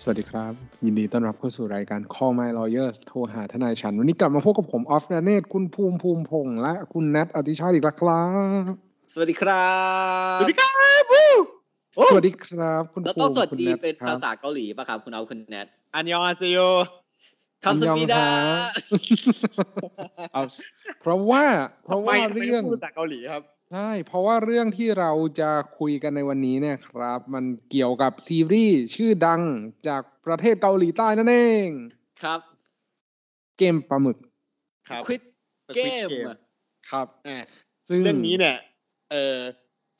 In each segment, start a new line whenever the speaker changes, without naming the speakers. สวัสดีครับ ยินดีต้อนรับเข้าสู่รายการ Call My Lawyers โทรหาทนายฉัน วันนี้กลับมาพบกับผมออฟนาเนตคุณภูมิภูมิพงษ์และคุณแนทอติชาติอีกแล้วครับ
สวัสดีครับ
สวัสดีครับ โอ้
สวัสดีครับ คุณ
แล้ว
ภู
ต้อง
มิ
สวัส
คุณ
ดี
แนท
เป็น
ครั
ภา
บ
ษาเกาหลีป่ะครับ คุณเอาคุณแนท
อันยองอาเซโย
คำสปีดา
อันยองฮะ เอาเพราะว่าเพราะว่า
ไม่ไม่
เรื่อง
พูดจากเกาหลีครับ
ใช่ เพราะว่าเรื่องที่เราจะคุยกันในวันนี้เนี่ยครับ มันเกี่ยวกับซีรีส์ชื่อดังจากประเทศเกาหลีใต้นั่นเอง
ครับ
เกมปลาหมึก
ครับ
ควิดเก
Squid
ม
Game
ครับ
อ่ะ
ซึ่ง
เรื่องนี้เนี่ย เอ่อ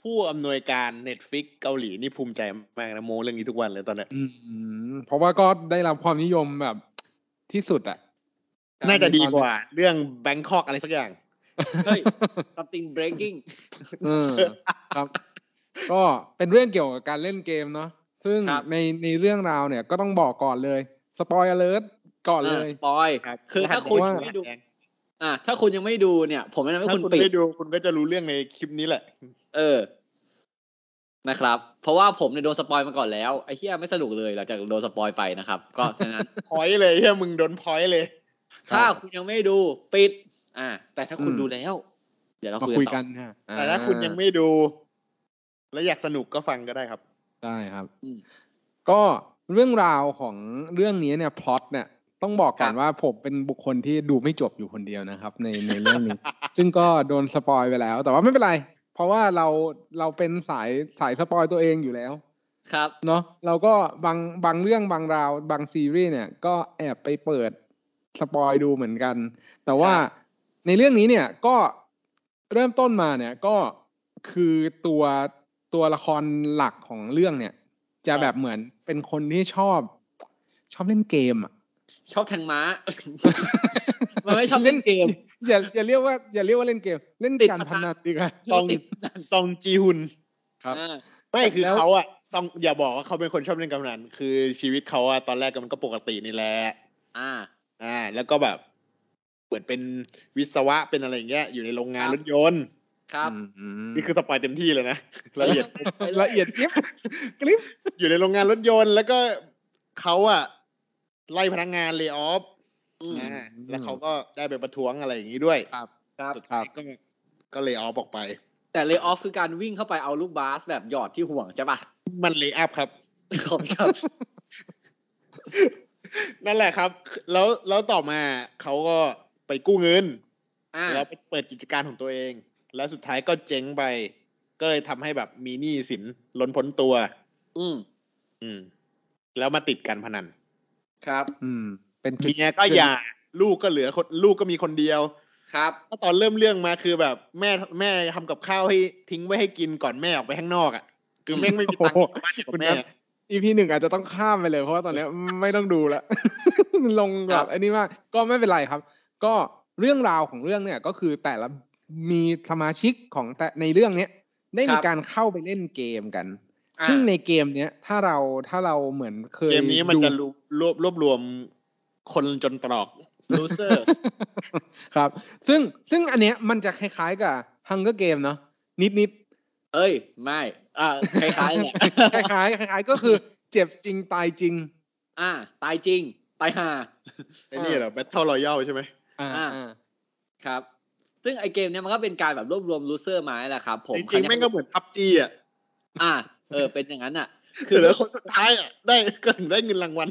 ผู้อำนวยการ Netflix เกาหลีนี่ภูมิใจมากนะโมเรื่องนี้ทุกวันเลยตอนเนี้ย
อืมเพราะว่าก็ได้รับความนิยมแบบที่สุดอะ
น่าจะดีกว่า เรื่องแบงคอกอะไรสักอย่าง
เฮ้ย something breaking
เออครับ ก็เป็นเรื่องเกี่ยวกับการเล่นเกมเนาะซึ่ง
ครับ
ในในเรื่องราวเนี่ยก็ต้องบอกก่อนเลยสปอยเลิร์ก่อนเลย
ปอย
ครับ
คือถ้า
ว่า
คุณยังไม่ดูอ่ะถ้าคุณยังไม่ดูเนี่ย ผมแนะนำให้
ถ้า
คุณ
คุณ
ปิด
ได้ดูคุณก็จะรู้เรื่องในคลิปนี้แหละ
เออ นะครับ เพราะว่าผมเนี่ยโดนสปอยมาก่อนแล้ว ไอ้เหี้ยไม่สนุกเลยหลังจากโดนสปอยไปนะครับ ก็ฉะนั้น
พอยต์เลยเฮียมึงโดนพอยต์เลย
ถ้าคุณยังไม่ดูปิด อ่ะแต่ถ้าคุณ
อืม
ดูแล้ว เดี๋ยวเรา
มา
คุ
คุ
ย
ย
กั
กัน นฮะ
แต่ถ้าคุณยังไม่ดู แล้วอยากสนุกก็ฟังก็ได้ครับ
ได้ครับ
อืม
ก็เรื่องราวของเรื่องนี้เนี่ยพล็อตเนี่ยต้องบอกก่อน
ครับ
ว่าผมเป็นบุคคลที่ดูไม่จบอยู่คนเดียวนะครับ ในในเรื่องนี้ ซึ่งก็โดนสปอยไปแล้ว แต่ว่าไม่เป็นไร เพราะว่าเราเราเป็นสายสายสปอยตัวเองอยู่แล้ว
ครับ
เนาะเราก็บางบางเรื่องบางราว บางซีรีส์เนี่ย ก็แอบไปเปิดสปอยดูเหมือนกัน แต่ว่า
ครับ
ในเรื่องนี้เนี่ยก็เริ่มต้นมาเนี่ยก็คือตัวตัวละครหลักของเรื่องเนี่ย จะ
ครับ
แบบเหมือนเป็นคนที่ชอบ ชอบเล่นเกมอ่ะ
ชอบแทงม้า มันไม่ชอบเล่นเกม
อย่าอย่าเรียกว่า อย่าเรียกว่าเล่นเกม เล่น
ติด
การ
พนัน
พนันดีกว่า
ซองซองจีฮุน
ครับ
อ่า
ไม่คือ
แล้ว
เขาอะต้องอย่าบอกว่าเขาเป็นคนชอบเล่นการพนันคือชีวิตเขาอะตอนแรกก็มันก็ปกตินี่แหละ
อ่า
อ่า แล้วก็แบบเหมือนเป็นวิศวะเป็นอะไรอย่างเงี้ยอยู่ในโรงงา
ค
น
รับ
รถยนต์
ครับ
อืม
นี่คือสปอยเต็มที่เลยนะ ละเอียด
ไป
ละเอียดยิบกริบ
อยู่ในโรงงานรถยนต์ แล้วก็เขาอะไล่พนักงานเลยออฟ
อืม
อ่าแล้วเขาก็ได้ไปประท้วงอะไรอย่างงี้ด้วย
ครับครับ
สุดท้ายก็ก็เลยออฟออกไป
แต่เล y o ออฟคือการวิ่งเข้าไปเอาลูกบาสแบบหยอดที่ห่วงใช่ป่ะ
มันเลยอัพครับ
ขอบคุณครับ
นั่นแหละครับ แล้วแล้วต่อมาเขาก็ไปกู้เงิน
อ่า
แล้วไปเปิดกิจการของตัวเอง แล้วสุดท้ายก็เจ๊งไป ก็เลยทำให้แบบมีหนี้สินล้นพ้นตัว
อืม
อืม แล้วมาติดการพนัน
ครับ
อืม เป็นจุด
เมียก็หย่าลูกก็เหลือคนลูกก็มีคนเดียว
ครับ
ก็ตอนเริ่มเรื่องมาคือแบบแม่แม่ทำกับข้าวให้ทิ้งไว้ให้กินก่อนแม่ออกไปข้างนอกอ่ะ คือแม่งไม่มีตังค์กลับบ้านอยู่กับแม่
อีพีหนึ่งอาจจะต้องข้ามไปเลย เพราะว่าตอนเนี้ยไม่ต้องดูละ ลง
ค
แบ
รั
บบ อันนี้มากก็ไม่เป็นไรครับ ก็เรื่องราวของเรื่องเนี่ย ก็คือแต่ละมีสมาชิกของแต่ในเรื่องเนี้ยได้มีการเข้าไปเล่นเกมกัน
อ่า
ซึ่งในเกมเนี้ยถ้าเราถ้าเราเหมือนเคย
เกมนี้มัน
ดู
จะรวบรวบรวบรวมคนจนตรอก
losers
ครับ ซึ่งซึ่งอันเนี้ยมันจะคล้ายๆกับ Hunger Game เนาะนิดนิด
เอ้ย ไม่ อ่า คล้ายๆแหละ
ๆ คล้ายๆคล้ายๆ ก็คือเจ็บจริงตายจริง
อ่า ตายจริง ตายห่า
ไอ้นี่เหรอแบทเทิลรอยัลใช่ไหม
อ่า
อ่า
อ่า
ครับ ซึ่งไอเกมเนี้ยมันก็เป็นการแบบรวบรวม loser มาแหละครับ ผม
จริงๆแม่งก็เหมือนพับจีอ่ะ
อ่า เออ เป็นอย่างนั้นอ่ะ
คือแล้วคนสุดท้ายอ่ะได้ก็ถึงได้เงินรางวัล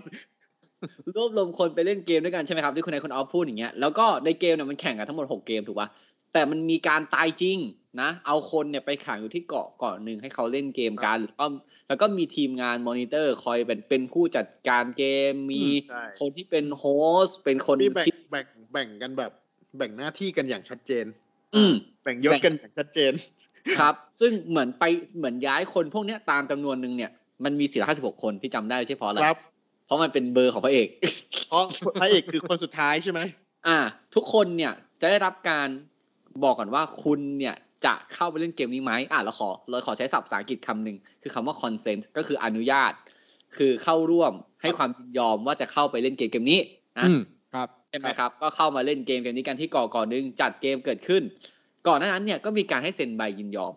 รวบรวมคนไปเล่นเกมด้วยกันใช่ไหมครับที่คุณนายคนออฟพูดอย่างเงี้ยแล้วก็ในเกมเนี่ยมันแข่งกันทั้งหมด 6 เกมถูกปะแต่มันมีการตายจริงนะ เอาคนเนี่ยไปขังอยู่ที่เกาะเกาะหนึ่งให้เขาเล่นเกมกันแล้วก็แล้วก็มีทีมงานมอนิเตอร์คอยเป็นเป็นผู้จัดการเกมมี
ใช่
คนที่เป็นโฮสต์เป็นคน
นี่แบ่ง
ที่
แบ่งแบ่งกันแบบ แบ่งหน้าที่กันอย่างชัดเจน
อืม
แบ่งยศกันอย่างชัดเจน
ครับ ซึ่งเหมือนไปเหมือนย้ายคนพวกเนี้ยตามจำนวนหนึ่งเนี่ยมันมี 456 คนที่จำได้ใช่เพราะอะไร
ครับ
เพราะมันเป็นเบอร์ของพระเอก
เพราะพระเอกคือคนสุดท้ายใช่ไหม
อ่า ทุกคนเนี่ยจะได้รับการบอกก่อนว่าคุณเนี่ยจะเข้าไปเล่นเกมนี้ไหมอ่ะเราขอเราขอใช้ศัพท์ภาษาอังกฤษคำหนึ่งคือคำว่า consent ก็คืออนุญาต คือเข้าร่วมให้ความยินยอมว่าจะเข้าไปเล่นเกมเกมนี้นะ
อืมครับ
ใช่ไหมครับ ก็เข้ามาเล่นเกมเกมนี้กันที่ก่อก่อนหนึ่งจัดเกมเกิดขึ้น ก่อนหน้านั้นเนี่ยก็มีการให้เซ็นใบยินยอม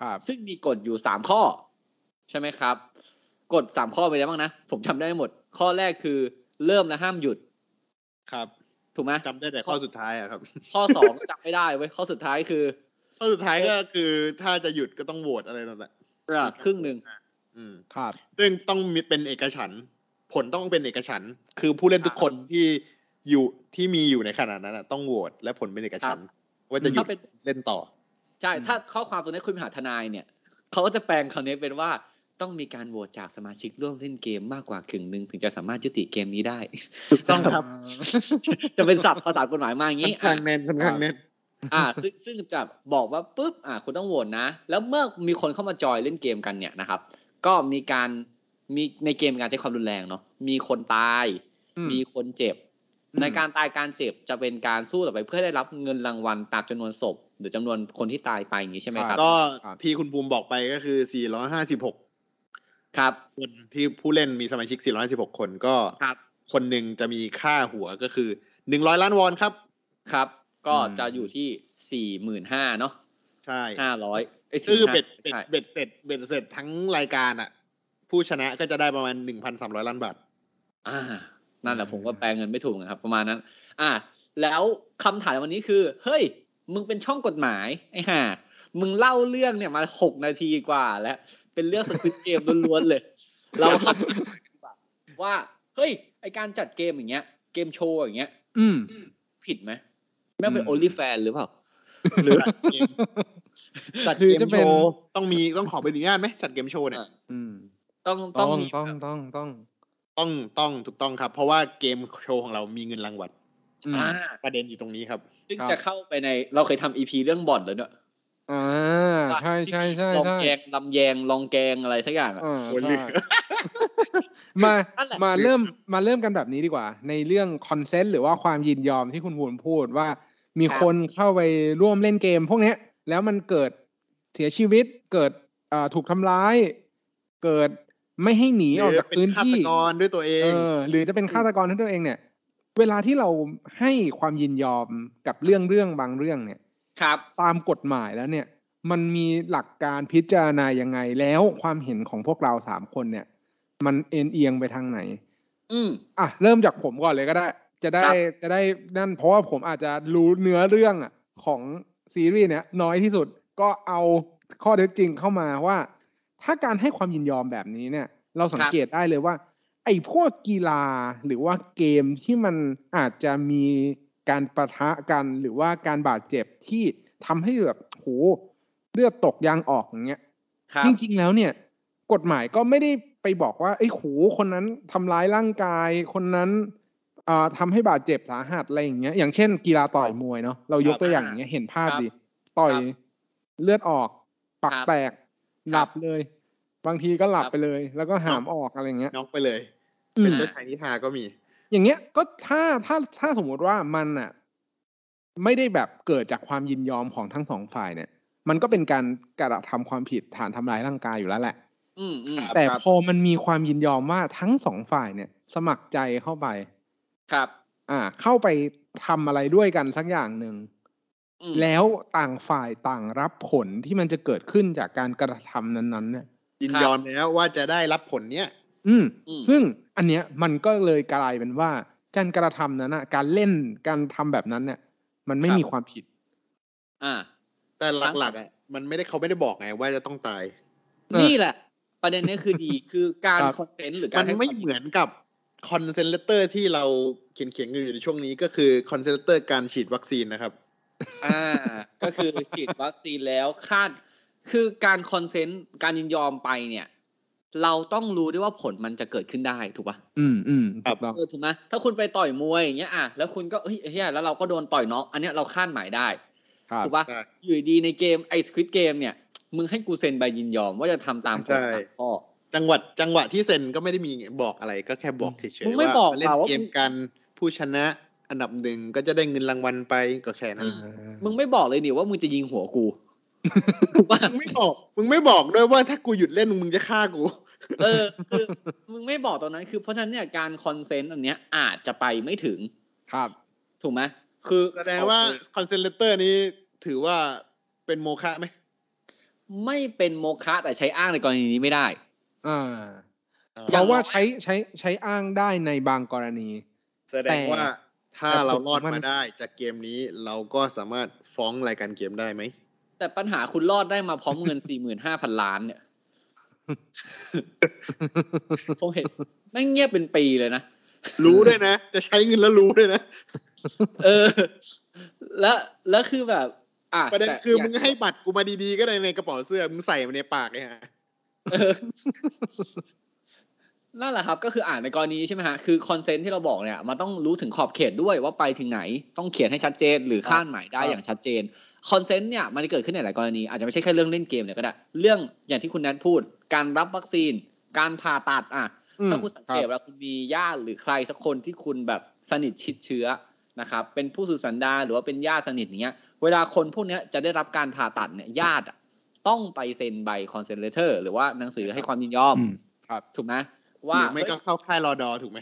ครับ
ซึ่งมีกฎอยู่สามข้อ ใช่ไหมครับ กฎสามข้อไปแล้วบ้างนะ ผมจำได้ไม่หมด ข้อแรกคือเริ่มและห้ามหยุด
ครับ
ถูกไหม
จำได้แต่ข้อสุดท้ายอะครับ
ข้อสองก็จำไม่ได้เว้ย ข้อสุดท้ายคือ
ข้อสุดท้ายก็คือถ้าจะหยุดก็ต้องโหวตอะไรนั่นแหละ
อ่าครึ่งหนึ่ง
อืม
ครับ
ซึ่งต้องมีเป็นเอกฉันท์ผลต้องเป็นเอกฉันท์คือผู้เล่นทุกคนที่อยู่ที่มีอยู่ในขณะนั้นน่ะต้องโหวตและผลเป็นเอกฉันท์ว่าจะหยุด
ถ้าเป็น
เล่นต่อ
ใช่ ถ้าข้อความตรงนี้คุยไปหาทนายเนี่ย เขาก็จะแปลงคำนี้เป็นว่าต้องมีการโหวตจากสมาชิกร่วมเล่นเกมมากกว่ากึ่งหนึ่งถึงจะสามารถยุติเกมนี้ ได้
ต้องครับ
จะเป็นศัพท์ภาษากฎหมายมาอย่างนี้
ทางแน่นค่อนข้างแน่น
อ่าซึ่งซึ่งจะบอกว่าปุ๊บอ่าคุณต้องโหวตนะ แล้วเมื่อมีคนเข้ามาจอยเล่นเกมกันเนี่ยนะครับ ก็มีการมีในเกมมีการใช้ความรุนแรงเนาะมีคนตาย
อืม
มีคนเจ็บ
อืม
ในการตายการเจ็บจะเป็นการสู้ต่อไปเพื่อได้รับเงินรางวัลตามจำนวนศพ หรือจำนวนคนที่ตายไปอย่างนี้ใช่ไหมครับ
ก็ที่คุณภูมิบอกไปก็คือ 456
ครับ
คนที่ผู้เล่นมีสมาชิก 456 คนก็
ครับ
คนหนึ่งจะมีค่าหัวก็คือ 100 ล้านวอนครับ
ครับ ก็
อืม
จะอยู่ที่สี่หมื่นห้าเนาะ
ใช่
ห้าร้อยไอ้
คือเบ็ด
45
เบ็ด
ใช่
เบ็ดเสร็จเบ็ดเสร็จทั้งรายการอ่ะ ผู้ชนะก็จะได้ประมาณ 1,300 ล้านบาท
อ่านั่นแหละผมก็แปลเงินไม่ถูกนะครับ ประมาณนั้น อ่า แล้วคำถามวันนี้คือ เฮ้ย มึงเป็นช่องกฎหมายไอ้ห่ามึงเล่าเรื่องเนี่ยมาหกนาทีกว่าแล้ว เป็นเรื่องสควิตเกมล้วนๆเลย เราทำว่า เฮ้ย ไอการจัดเกมอย่างเงี้ย เกมโชว์อย่างเงี้ย
อืม
ผิดไหมแม่งเป็น
อืม
โอลิแฟนหรือเปล่า
หรือจัด
คือ
เกม
จะ
โช
เป็น
ว์ต้องมีต้องขอใบอนุญาตไหมจัดเกมโชว์เนี่ย
อ่ะ
อืม
ต้อง
ต้
ต้
อ
อง
ง
มี
ต้องต้องต้อง
ต้องต้องถูกต้องครับ เพราะว่าเกมโชว์ของเรามีเงินรางวัล
อืม
อ่า
ประเด็นอยู่ตรงนี้ครับ
ซึ่ง
ครับ
จะเข้าไปใน เราเคยทำอีพีเรื่องบ่อนแล้วด้วย
อ่าใช่ใช่ใช่
ลอง
ใช่
แกงลำแยงลองแกงอะไรสักอย่างอะ
อ่า
โอ้ย
ใช่
ลืม
มา
นั่นแหละ
มาเริ่มมาเริ่มกันแบบนี้ดีกว่า ในเรื่องคอนเซนต์หรือว่าความยินยอมที่คุณวูนพูดว่า มีคนเข้าไปร่วมเล่นเกม พวกเนี้ย แล้วมันเกิดเสียชีวิตเกิดอ่าถูกทำร้าย เกิดไม่ให้หนีออกจาก
หรื
พื้น
เป็นฆา
ที่
ตกรด้วยตัวเอ
เอง อหรือจะเป็นฆาตกรทั้งตัวเองเนี่ย เวลาที่เราให้ความยินยอมกับเรื่องเรื่องบางเรื่องเนี่ย
ครับ
ตามกฎหมายแล้วเนี่ย มันมีหลักการพิจารณายังไงแล้วความเห็นของพวกเราสามคนเนี่ย มันเอ็นเอียงไปทางไหน
อืม
อ่ะเริ่มจากผมก่อนเลยก็ได้ จะได้
ครับ
จะได้นั่นเพราะว่าผมอาจจะรู้เนื้อเรื่องอะของซีรีส์เนี้ยน้อยที่สุดก็เอาข้อเท็จจริงเข้ามาว่า ถ้าการให้ความยินยอมแบบนี้เนี่ย เราสังเกตได้เลยว่า ไอ้พวกกีฬาหรือว่าเกมที่มันอาจจะมีการประทะกันหรือว่าการบาดเจ็บที่ทำให้แบบโหเลือดตกยางออกอย่างเงี้ย
ครับ
จริงๆ แล้วเนี่ย กฎหมายก็ไม่ได้ไปบอกว่าไอ้ยโหูคนนั้นทำร้ายร่างกาย คนนั้นอ่าทำให้บาดเจ็บสาหัสอะไรอย่างเงี้ยอย่างเช่น กีฬาต่อยมวยเนาะเรายกตัวอย่างอย่างเงี้ยเห็นภาพ
ครับ
ดีต่อย
ครับ
เลือดออก ปัก
ครับ
แตก หลับเลย บางทีก็หลับ
ครับ
ไปเลย แล้วก็หามออกอะไรอย่างเงี้ย
น็อกไปเลย
อืม
เป็นเจ้าชายนิทราก็มี
อย่างเงี้ยก็ถ้าถ้าถ้าสมมุติว่ามันอ่ะ ไม่ได้แบบเกิดจากความยินยอมของทั้งสองฝ่ายเนี่ย มันก็เป็นการกระทำความผิดฐานทำร้ายร่างกายอยู่แล้วแหละ
อืมอืม
แต่พอมันมีความยินยอมว่าทั้งสองฝ่ายเนี่ย สมัครใจเข้าไป
ครับ
อ่า เข้าไปทำอะไรด้วยกันสักอย่างหนึ่ง
อืม
แล้วต่างฝ่ายต่างรับผลที่มันจะเกิดขึ้นจากการกระทำนั้นๆเนี่ย
ยินยอมแล้วว่าจะได้รับผลเนี้ย
อืม
อืม
ซึ่งอันเนี้ยมันก็เลยกลายเป็นว่า การกระทำนั้นอะการเล่นการทำแบบนั้นเนี่ย มันไม่มีความผิด
อ่า
แต่หลักๆอ่ะมันไม่ได้เขาไม่ได้บอกไงว่าจะต้องตาย
เออ
นี่แหละ ประเด็นนี้คือดีคือการ
ครับ
คอนเทนต์หรือ
มั
การ
น
ให้
ไม่
ควา
เหมือนกับคอนเซนเลเตอร์ที่เราเขียนเขียนๆกันอยู่ในช่วงนี้ก็คือคอนเซนเลเตอร์การฉีดวัคซีนนะครับ
อ่า ก็คือฉีดวัคซีนแล้วคาดคือการคอนเซนต์การยินยอมไปเนี่ย เราต้องรู้ด้วยว่าผลมันจะเกิดขึ้นได้ถูกป่ะ
อืมอืมถูกต้อง
เออถูกไหมถ้าคุณไปต่อยมวยอย่างเงี้ยอ่ะแล้วคุณก็เฮ้ยเฮียแล้วเราก็โดนต่อยน็อกอันเนี้ยเราคาดหมายได้
ครับ
ถูกปะ
ใช่
อยู่ดีในเกมไอ้สควิตเกมเนี่ย มึงให้กูเซ็นใบยินยอมว่าจะทำตามข้อ
ใช่
สามข้อ
จังหวัดจังหวะที่เซ็นก็ไม่ได้มีบอกอะไรก็แค่บอกเฉย
มึง
ๆ
ไม่
ว่า
บอก
มาเล่น
เปล่าว่า
เกมกันผู้ชนะอันดับหนึ่งก็จะได้เงินรางวัลไปก็แค่นั้น
มึงไม่บอกเลยนี่ว่ามึงจะยิงหัว กูถูกปะ
มึงไม่บอก มึงไม่บอกด้วยว่าถ้ากูหยุดเล่นมึงจะฆ่ากู
เออคือมึงไม่บอกตอนนั้นคือเพราะฉะนั้นเนี่ยการคอนเซนต์อันเนี้ยอาจจะไปไม่ถึง
ครับ
ถูกไหมคือ
แสดงว่าคอนเซนเลเตอร์นี้ถือว่าเป็นโมฆะไหม
ไม่เป็นโมฆะแต่ใช้อ้างในกรณีนี้ไม่ได้
อ่า
อย่
เพ
ง
ราะว่าใช้ใช้ใช้อ้างได้ในบางกรณี
แสดงว่าถ้า
แต่
เรารอ
ผ
ด
ม
มา
ว่า
ได้จากเกมนี้เราก็สามารถฟ้องรายการเกมได้ไหม
แต่ปัญหาคุณรอดได้มาพร้อมเงิน สี่หมื่นห้าพันล้านเนี่ยผมเห็นแม่งเงียบเป็นปีเลยนะ
รู้ด้วยนะ จะใช้เงินแล้วรู้ด้วยนะ
เออ แล้วแล้วคือแบบ อ่ะ
ประเด็น
แต่
คือย่
า
มึงให้บัตรกูมาดีๆ ก็ได้ในกระเป๋าเสื้อ มึงใส่มาในปากเนี่ยฮะ
เออนั่นแหละครับ ก็คืออ่านในกรณีใช่ไหมฮะคือคอนเซนต์ที่เราบอกเนี่ยมันต้องรู้ถึงขอบเขตด้วยว่าไปถึงไหน ต้องเขียนให้ชัดเจน หรือคาดหมายได้
ครับ
อย่างชัดเจนคอนเซนต์เนี่ยมันจะเกิดขึ้นในหลายกรณี อาจจะไม่ใช่แค่เรื่องเล่นเกมเนี่ยก็ได้ เรื่องอย่างที่คุณแนทพูด การรับวัคซีน การผ่าตัดอ่ะ
อืม
ถ้าคุณสังเกตเวลาคุณมีญาติหรือใครสักคนที่คุณแบบสนิทชิดเชื้อนะครับ เป็นผู้สื่อสันดานหรือว่าเป็นญาติสนิทอย่างเงี้ย เวลาคนพวกเนี้ยจะได้รับการผ่าตัดเนี่ยญาติอะต้องไปเซ็นใบคอนเซนเลเตอร์หรือว่าหนังสือให้ความยินยอม
อืม
ถูกไหม
ห
ว่า
รือไม่ก็เข้าค่ายรอดอถูกไหม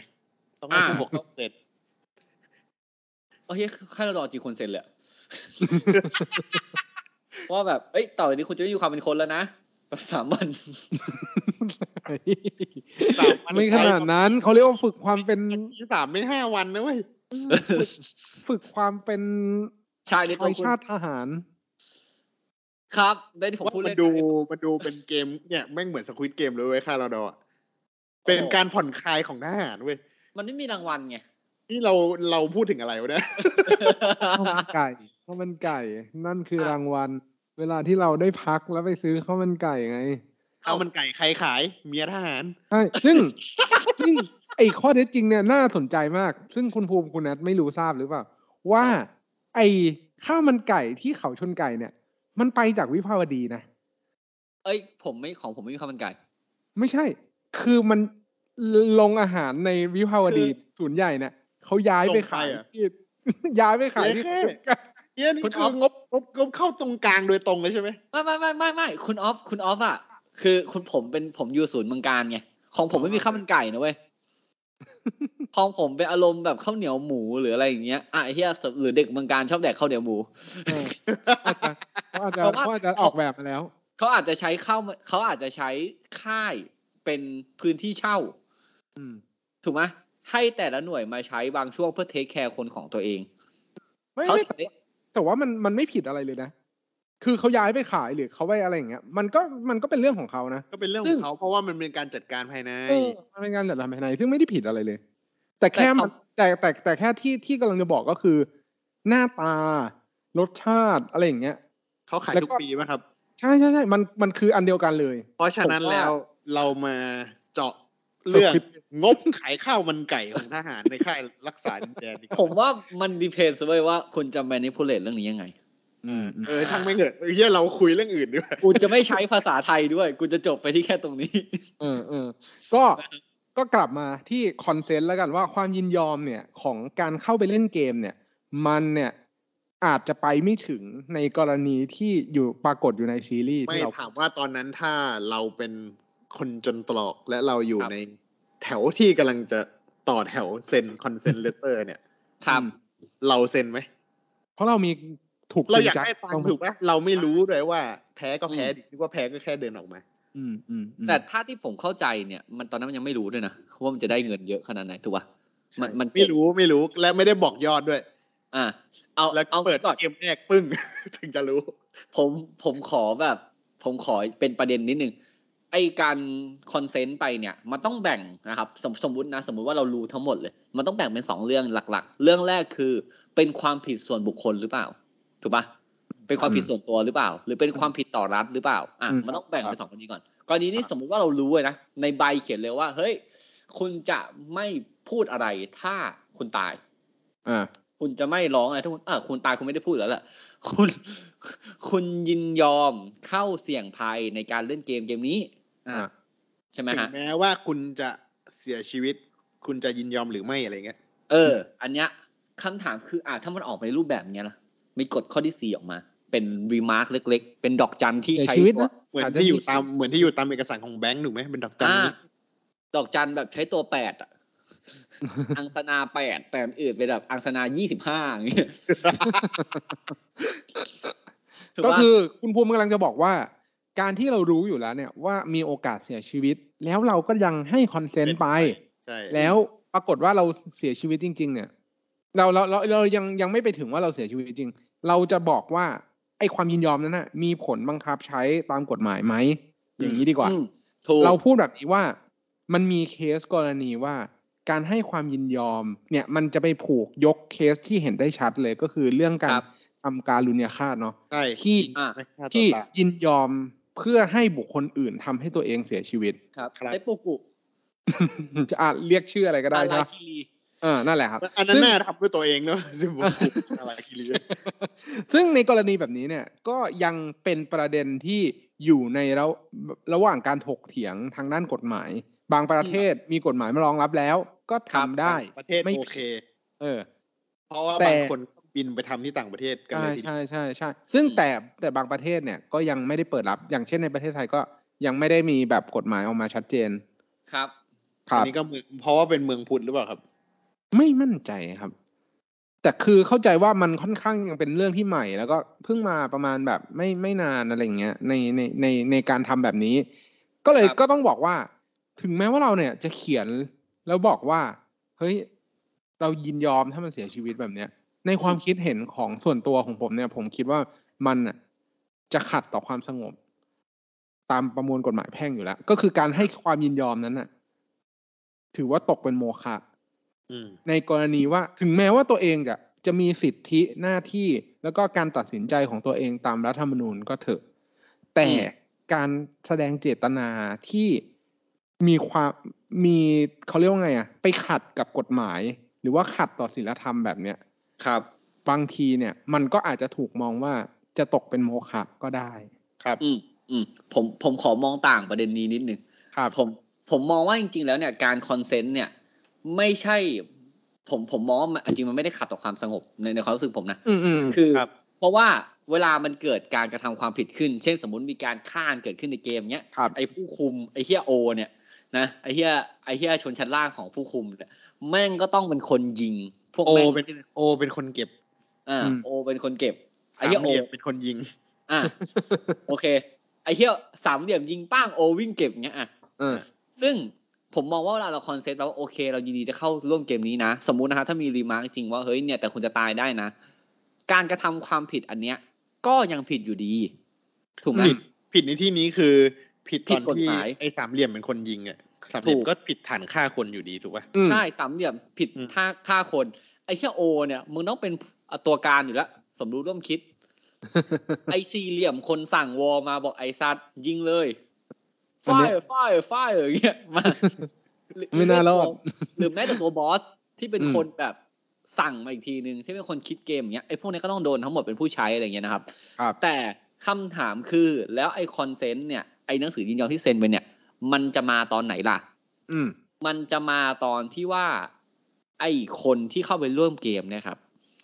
ต้องให้ผู้ปกครองเสร็จ
เฮ้ยค่ายรอจีคนเซ็นเลยอะ ว่าแบบเอ้ยต่อไปนี้คุณจะไม่มีความเป็นคนแล้วนะสามวัน
สามวัน
ไม่ขนาดนั้นเขาเรียกว่าฝึกความเป็น
ที่สามไม่ห้าวันนะเว้ย
ฝึกความเป็น
ชายในตั
ชา
วย คุณ
ชาติทหาร
ครับ ได้ที่ผมพูด
มั
เล่
น
น
ดูมันดูเป็นเกมเนี่ยแม่งเหมือนสควิตเกมเลยเว้ยค่าเราดอะ
โอ้โห
เป็นการผ่อนคลายของทหารเว้ย
มันไม่มีรางวัลไง
นี่เราเราพูดถึงอะไรวะเนี่ย
ข้าวมันไก่ข้าวมันไก่ นั่นคือ
อ่ะ
รางวัล เวลาที่เราได้พักแล้วไปซื้อข้าวมันไก่ไง
เอามันไก่ใครขาย เมียทหาร
ใช่ซึ่ง ซึ่งไอ้ข้อเท็จจริงเนี่ยน่าสนใจมาก ซึ่งคุณภูมิคุณนัทไม่รู้ทราบหรือเปล่า ว่า ไอ้ข้าวมันไก่ที่เขาชนไก่เนี่ย มันไปจากวิภาวดีนะ
เอ้ย ผมไม่ของผมไม่มีข้าวมันไก่
ไม่ใช่ คือมันลงอาหารในวิภาวดีศูนย์ใหญ่เนี่ยเขาย้ายไปขาย
ลงไปอ่ะ
ที่ ย้ายไปขายที่ศูนย์การ
เฮียนี่
คุณ
คื
อ๊
อ
อฟ
งบงบงบเข้าตรงกลางโดยตรงเลยใช่ไหม
ไม่ไม่ไม่ไม่ไม่คุณออฟคุณออฟอ่ะคือคุณผมเป็นผมอยู่ศูนย์เมืองการไงของผมไม่มีข้าวมันไก่นะเว้ยของผมเป็นอารมณ์แบบข้าวเหนียวหมูหรืออะไรอย่างเงี้ยอ่ะไอ้เฮียหรือเด็กเมืองการชอบแดกข้าวเหนียวหมู
เอออาจจะเขาอาจจะ
เพราะ
เขาอา
ว่า
จจะออกแบบมาแล้ว
เขาอาจจะใช้ข้าวมันเขาอาจจะใช้ค่ายเป็นพื้นที่เช่า
อืม
ถูกไหมให้แต่ละหน่วยมาใช้บางช่วงเพื่อเทคแคร์คนของตัวเอง
ไม่
เขา
ไม่แต่แต่ว่ามันมันไม่ผิดอะไรเลยนะ คือเขาย้ายไปขายหรือเขาไปอะไรอย่างเงี้ย มันก็มันก็เป็นเรื่องของเขานะ
ก็เป็นเรื่องของเขาเพราะว่ามันเป็นการจัดการภายใน
เออมันเป็นการจัดทำภายในซึ่งไม่ได้ผิดอะไรเลย แต่แค่มันแต่แต่แต่แค่ที่ที่กำลังจะบอกก็คือ หน้าตารสชาติอะไรอย่างเงี้ย
เขาขาย
แล้ว
ทุก
ก็
ปีป่ะครับ
ใช่ใช่ใช่มันมันคืออันเดียวกันเลย
เพราะฉะนั้นแล้วเรามาเจาะเรื่องงบขายข้าวมันไก่ของทหารในค่ายรักษาดินแดนดีกว่า
ผมว่ามันดีเพนส์เว้ยว่าคุณจะแมนิพูเลตเรื่องนี้ยังไง
อืม
เออช่างไม่งเถอะเฮียเราคุยเรื่องอื่นดีกว่า
กูจะไม่ใช้ภาษาไทยด้วย กูจะจบไปที่แค่ตรงนี้
เออเออก็ก็กลับมาที่คอนเซนต์แล้วกันว่าความยินยอมเนี่ยของการเข้าไปเล่นเกมเนี่ย มันเนี่ยอาจจะไปไม่ถึงในกรณีที่อยู่ปรากฏอยู่ในซีรีส์
ไม่
ที่เรา
ถามว่าตอนนั้นถ้าเราเป็นคนจนตรอกและเราอยู่
ครับ
ในแถวที่กำลังจะต่อแถวเซ็นคอนเซนเลเตอร์เนี่ย
ครับ
เราเซ็นไหม
เพราะเรามีถูก
เราอยาก
จงจั
ได้ตังค์
เ
ถูกไหมเราไม่รู้เลยว่าแพ้ก็แพ้ดินึกว่าแพ้ก็แค่เดินออกมา
อืมอืมอืม
แต่ถ้าที่ผมเข้าใจเนี่ย มันตอนนั้นมันยังไม่รู้ด้วยนะ ว่ามันจะได้เงินเยอะขนาดไหนถูกปะมันมัน
ไม่รู้ไม่รู้และไม่ได้บอกยอดด้วย
อ่ะเอา
แล้ว
เอา
เปิด
ก่อน
เกมแรกปึ้ง ถึงจะรู้
ผมผมขอแบบ ผมขอเป็นประเด็นนิดนึงไอการคอนเซนต์ไปเนี่ย มันต้องแบ่งนะครับสมสมมตินะ สมมติว่าเรารู้ทั้งหมดเลย มันต้องแบ่งเป็นสองเรื่องหลัก ๆ เรื่องแรกคือเป็นความผิดส่วนบุคคลหรือเปล่า ถูกปะเป็นความผิดส่วนตัวหรือเปล่า หรือเป็นความผิดต่อรัฐหรือเปล่าอ่ะมันต้องแบ่งเป็นสองกรณีก่อน กรณีนี้สมมุติว่าเรารู้เลยนะ ในใบเขียนเลยว่า เฮ้ย คุณจะไม่พูดอะไรถ้าคุณตาย
อ่า
คุณจะไม่ร้องอะไรถ้าคุณเออคุณตายคุณไม่ได้พูดแล้วแหละคุณ คุณยินยอมเข้าเสี่ยงภัยในการเล่นเกมเกมนี้
อ่า
ใช่ไหม
ถึ
ฮะ
งแม้ว่าคุณจะเสียชีวิต คุณจะยินยอมหรือไม่อะไรเงี้ย
เออ อันเนี้ยคำถามคืออ่ะถ้ามันออกมาในรูปแบบเนี้ยนะมีกฎข้อที่สี่ออกมา เป็นรีมาร์คเล็ก ๆ เป็นดอกจันที่
เสีย
ใช้
ชีวิตนะ
เหมือนา
จจะ
ที่อยู่ ตามเหมือนที่อยู่ตามเอกสารของแบงค์ถูกไหมเป็นดอกจัน
อ่า
นี่
ดอกจันแบบใช้ตัวแปดอ่ะ อังสนาแปดแต่อื่นเป็นแบบอังสนายี่สิบห้าอย่างเงี้ยถู
ก็
ปะ
คือคุณภูมิกำลังจะบอกว่า การที่เรารู้อยู่แล้วเนี่ยว่ามีโอกาสเสียชีวิต แล้วเราก็ยังให้คอนเซนต์ไป
ใช่
แล้วปรากฏว่าเราเสียชีวิตจริง ๆ เนี่ย เราเราเราเรายังยังไม่ไปถึงว่าเราเสียชีวิตจริง เราจะบอกว่าไอ้ความยินยอมนั้นน่ะมีผลบังคับใช้ตามกฎหมายไหมอย่างนี้ดีกว่า
อืมถูก
เราพูดแบบนี้ว่ามันมีเคสกรณีว่า การให้ความยินยอมเนี่ยมันจะไปผูกยกเคสที่เห็นได้ชัดเลยก็คือเรื่องกา
ค
ร
รับ
ทำการลุนยฆาตเนาะ
ใช่
ที่
อ่ะ
ไม่ฆ่าตัว
ที่
ตาย
ยินยอมเพื่อให้บุคคลอื่นทำให้ตัวเองเสียชีวิต
ครับ
ครับ
เซปุกุ
จะอาจเรียกชื่ออะไรก็ได้
อา
ใช่
รา
ปะ
คิรี
เออนั่นแหละครับ
อันนั้นน่าทำด้วยตัวเองเนอะ ซึ่งผมปลูกชาลาคิรี
ซึ่งในกรณีแบบนี้เนี่ยก็ยังเป็นประเด็นที่อยู่ในระระหว่างการถกเถียงทางด้านกฎหมาย บางประเทศมีกฎหมายมารองรับแล้ว ก็ทำได้
ประเทศ
ไม่
โอเค
เออ
เพราะว่า
แต่
บางคนบินไปทำที่ต่างประเทศกันเล
ใช่
ยทีเดียว
ใช่ใช่ใช่ซึ่งแต่แต่บางประเทศเนี่ยก็ยังไม่ได้เปิดรับ อย่างเช่นในประเทศไทยก็ยังไม่ได้มีแบบกฎหมายออกมาชัดเจน
ครับ
ค
อั
รับ
นนี้ก็เหมือนเพราะว่าเป็นเมืองพุทธหรือเปล่าครับ
ไม่มั่นใจครับ แต่คือเข้าใจว่ามันค่อนข้างยังเป็นเรื่องที่ใหม่ แล้วก็เพิ่งมาประมาณแบบไม่ไม่นานอะไรอย่างเงี้ยในในในในการทำแบบนี้ ก็เลย
ครับ
ก็ต้องบอกว่า ถึงแม้ว่าเราเนี่ยจะเขียนแล้วบอกว่า เฮ้ย เรายินยอมถ้ามันเสียชีวิตแบบเนี้ย ในความคิดเห็นของส่วนตัวของผมเนี่ย ผมคิดว่ามันน่ะจะขัดต่อความสงบ ตามประมวลกฎหมายแพ่งอยู่แล้ว ก็คือการให้ความยินยอมนั้นน่ะ ถือว่าตกเป็นโมฆะ
อืม
ในกรณีว่าถึงแม้ว่าตัวเองจะจะมีสิทธิหน้าที่แล้วก็การตัดสินใจของตัวเองตามรัฐธรรมนูญก็เถอะ แต่
อืม
การแสดงเจตนาที่มีความมีเขาเรียกว่าไงอะไปขัดกับกฎหมาย หรือว่าขัดต่อศีลธรรมแบบเนี้ย
ครับ
บางทีเนี่ย มันก็อาจจะถูกมองว่าจะตกเป็นโมฆะก็ได้
ครับ
อืมอืมผมผมขอมองต่างประเด็นนี้นิดนึง
ครับ
ผมผมมองว่าจริงๆ แล้วเนี่ยการคอนเซนต์เนี่ย ไม่ใช่ผมผมมองว่ามันจริงๆมันไม่ได้ขัดต่อความสงบในในความรู้สึกผมนะ
อืมอืม
คือ
ครับ
เพราะว่าเวลามันเกิดการกระทำความผิดขึ้น เช่นสมมติมีการฆ่ากันเกิดขึ้นในเกมเนี้ย
ครับ
ไอ้ผู้คุมไอ้เฮียโอ เนี่ยนะไอ้เฮียไอ้เฮียชนชั้นล่างของผู้คุมเนี่ยแม่งก็ต้องเป็นคนยิง พวก
โอ
แม่ง
เป็นโอเป็นคนเก็บ
อ่า
อืม
โอเป็นคนเก็บไอ้
สาม
เฮียโอ
เหลี่ยมเป็นคนยิง
อ่ะ โอเค ไอ้เหี้ยสามเหลี่ยมยิงป้างโอวิ่งเก็บเงี้ยอ่ะ
เอ อ
ซึ่งผมมองว่าเวลาเราคอนเซ็ปต์แล้วว่าโอเค เรายินดีจะเข้าร่วมเกมนี้นะ สมมุตินะฮะถ้ามีรีมาร์กจริงว่าเฮ้ยเนี่ยแต่คุณจะตายได้นะ การกระทำความผิดอันเนี้ย ก็ยังผิดอยู่ดี ถูกไหม
ผิดผิดในที่นี้คือผิด
ผิด
ตอน
กฎ
ที่
หมาย
ไอ้สามเหลี่ยมเป็นคนยิงอ่ะสามเหลี่ย
ถู
ม
ก
ก็ผิดฐานฆ่าคนอยู่ดีถูกป่ะ
อืม
ใช่สามเหลี่ยมผิด
อืม
ท่าฆ่าคน ไอ้เหี้ยโอ เนี่ยมึงต้องเป็นตัวการอยู่แล้วสมรู้ร่วมคิด ไอ้สี่เหลี่ยมคนสั่งวอมาบอกไอ้ซัดยิงเลย
อัน
ฝ้า
เนี้
ย
ย
ฝ้ายฝ้ายอย่างเงี้ยมาหรือ
ไม่น่ารอด
หรือแม้แต่ตัวบอสที่เป็น
อืม
คนแบบสั่งมาอีกทีนึงที่เป็นคนคิดเกมอย่างเงี้ยไอ้พวกนี้ก็ต้องโดนทั้งหมดเป็นผู้ใช้อะไรอย่างเงี้ยนะครับ
ครับ
แต่คำถามคือแล้วไอ้คอนเซนต์เนี่ยไอ้หนังสือยินยอมที่เซ็นไปเนี่ย มันจะมาตอนไหนล่ะ
อืม
มันจะมาตอนที่ว่าไอคนที่เข้าไปร่วมเกมเนี่ยครับ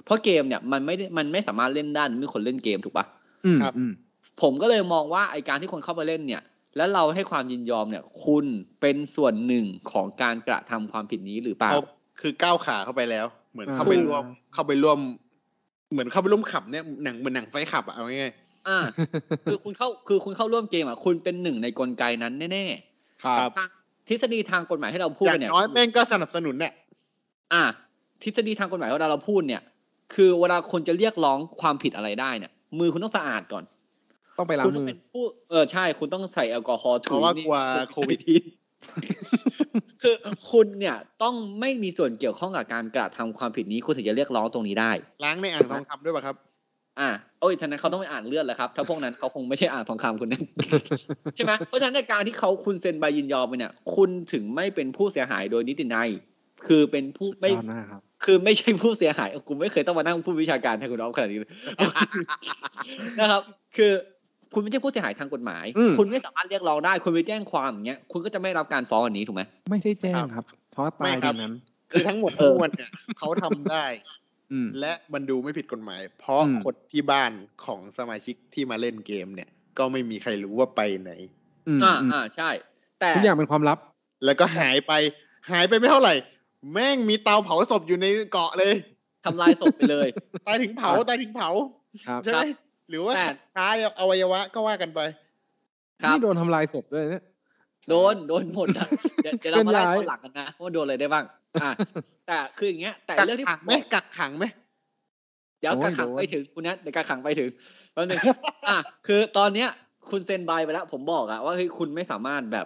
เพราะเกมเนี่ยมันไม่ได้มันไม่สามารถเล่นได้มันมีคนเล่นเกมถูกปะ
อืม
ครับ
อืม
ผมก็เลยมองว่าไอการที่คนเข้าไปเล่นเนี่ย แล้วเราให้ความยินยอมเนี่ย คุณเป็นส่วนหนึ่งของการกระทำความผิดนี้หรือเปล่า
เขาคือก้าวขาเข้าไปแล้ว เหมือนเข้าไป
ถูก
ร่วมเข้าไปร่วม เหมือนเข้าไปร่วมขับเนี่ยหนังเหมือนหนังไฟขับอะเอาง่าย
อ่า คือคุณเข้าคือคุณเข้าร่วมเกมอ่ะคุณเป็นหนึ่งในกลไกนั้นแน่
ครับ
ๆทางทฤษฎีทางกฎหมายให้เรา
ๆ
พูด
อย่าง
เนี่ย
น้อยแม่งก็สนับสนุนเนี่ย
อ่ะทฤษฎีทางกฎหมายเวลาเราพูดเนี่ย คือเวลาคนจะเรียกร้องความผิดอะไรได้เนี่ย มือคุณต้องสะอาดก่อน
ต้องไปล้า
คุ
ง
ณต้
มื
อง
อ
เป็นผู้เออใช่ คุณต้องใส่แอลกอฮอล์
เพ
ถู
ราะว่ากลัวโควิด
คือคุณเนี่ยต้องไม่มีส่วนเกี่ยวข้องกับการกระทำความผิดนี้คุณถึงจะเรียกร้องตรงนี้ได้
ล้างในอ่างทองคำด้วยป่ะครับ
อ่ะโอ้ยท่านั้นเขาต้องไปอ่านเลือดแหล้วครับ ถ้าพวกนั้นเขาคงไม่ใช่อ่านทองคำคุณนั้น ใช่ไหมเพราะฉะนั้นในการที่เขาคุณเซ็นใบยินยอมไปเนี่ย คุณถึงไม่เป็นผู้เสียหายโดยนิตินัยคือเป็นผู้ไม่
สุดยอดมากครับ
คือไม่ใช่ผู้เสียห ายกูไม่เคยต้องมานั่งพูดวิชาการให้คุณน้องขนาดนี้เลย นะครับ คือ คุณไม่ใช่ผู้เสียหายทางกฎหมาย
อืม
คุณไม่สามารถเรียกร้องได้ คุณไปแจ้งความอย่างเงี้ยคุณก็จะไม่รับการฟ้องอันนี้ถูกไหม
ไม่ได้แจ้งครับ เพราะว่าตาย
ไม่ค
ต
รั
ร
บ
งนั้น
คือทั้งหมด
เอ
ทั้
อ
งมวลเนี่ยเขาทำได้
อืม
และมันดูไม่ผิดกฎหมาย เพราะ
อืม
คนที่บ้านของสมาชิกที่มาเล่นเกมเนี่ย ก็ไม่มีใครรู้ว่าไปไหน
อืม
อ่า
อืม
อ่าใช่ แต่
ทุกอย่างเป็นความลับ
แล้วก็หายไปหายไปไม่เท่าไหร่ แม่งมีเตาเผาศพอยู่ในเกาะเลย
ทำลายศพไปเลย
ตายถึงเผา
ครับ
ตายถึงเผา
ครับ
ใช่
ค
ไหม
รับ
หรือว่า
แต่
ท้ายอวัยวะก็ว่ากันไป
ครับ
นี่โดนทำลายศพด้วยเนี่ย
โดน โดนหมดอะเดี๋ยวเดี๋ยวเรามาไล่ตอนหลังกันนะว่าโดนอะไรได้บ้าง อ่าแต่คืออย่างเงี้ย แต่
กัก
เรื่องที่
ขังไหม
บอก
กักขังไหม
เดี๋ยว
โอ้ย
กักขัง
โดน
ไปถึงคุณนัทเดี๋ยวกักขังไปถึงแป๊บนึง อ่ะคือตอนเนี้ย คุณเซ็นใบไปแล้ว ผมบอกอะว่าเฮ้ยคุณไม่สามารถแบบ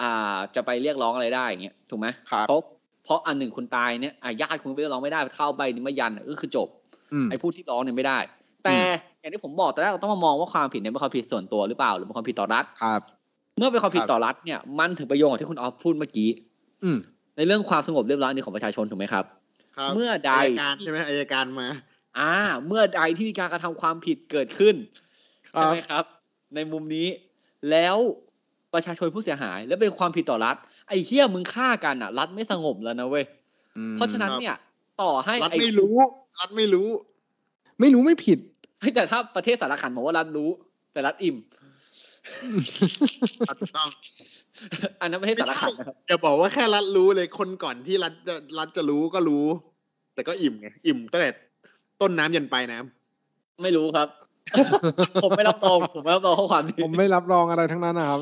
อ่าจะไปเรียกร้องอะไรได้อย่างเงี้ยถูกไหม
ครับ
เพราะเพราะอันหนึ่งคุณตายเนี่ยอ่ะญาติคุณไปเรียกร้องไม่ได้เข้าใบนี้มายันอะก็คือจบ
อืม
ไอ้ผู้ที่ร้องเนี่ยไม่ได้ แต่อย่างที่ผมบอกตอนแรกเราต้องมามองว่าความผิดเนี่ยเป็นความผิดส่วนตัวหรือเปล่า หรือเป็นความผิดต่อรัฐ
ครับ
เมื่อเป็นความผิด
ครับ
ต่อรัฐเนี่ยมันถึงไปโยงกับที่คุณออฟพูดเมื่อกี้
อืม
ในเรื่องความสงบเรียบร้อยอันนี้ของประชาชนถูกไหมครับ
ครับ
เมื่อใด
อัยการใช่ไหมอายการมา
อ่า เมื่อใดที่มีการกระทำความผิดเกิดขึ้น
ครับ
ใช่ไหมครับ ในมุมนี้ แล้วประชาชนผู้เสียหาย และเป็นความผิดต่อรัฐ ไอ้เหี้ยมึงฆ่ากันอ่ะ รัฐไม่สงบแล้วนะเว้ยเพราะฉะนั้นเนี่ย ต่อให้
รัฐ
ไอ้
ไม่รู้ รัฐไม่ รู้
ไม่รู้ไม่ผิด
เฮ้ยแต่ถ้าประเทศสารคันบอกว่ารัฐรู้ แต่รัฐอิ่ม
ถูกต้อง
อันนั้นประเทศสารคันนะครับ
อย่าบอกว่าแค่รัฐรู้เลยคนก่อนที่รัฐจะรัฐจะรู้ก็รู้ แต่ก็อิ่มไงอิ่มตั้งแต่ต้นน้ำยันปลายน้ำ
ไม่รู้ครับ ผมไม่รับรองผมไม่รับรองข้อความนี้
ผมไม่ รับรองอะไรทั้งนั้นนะครับ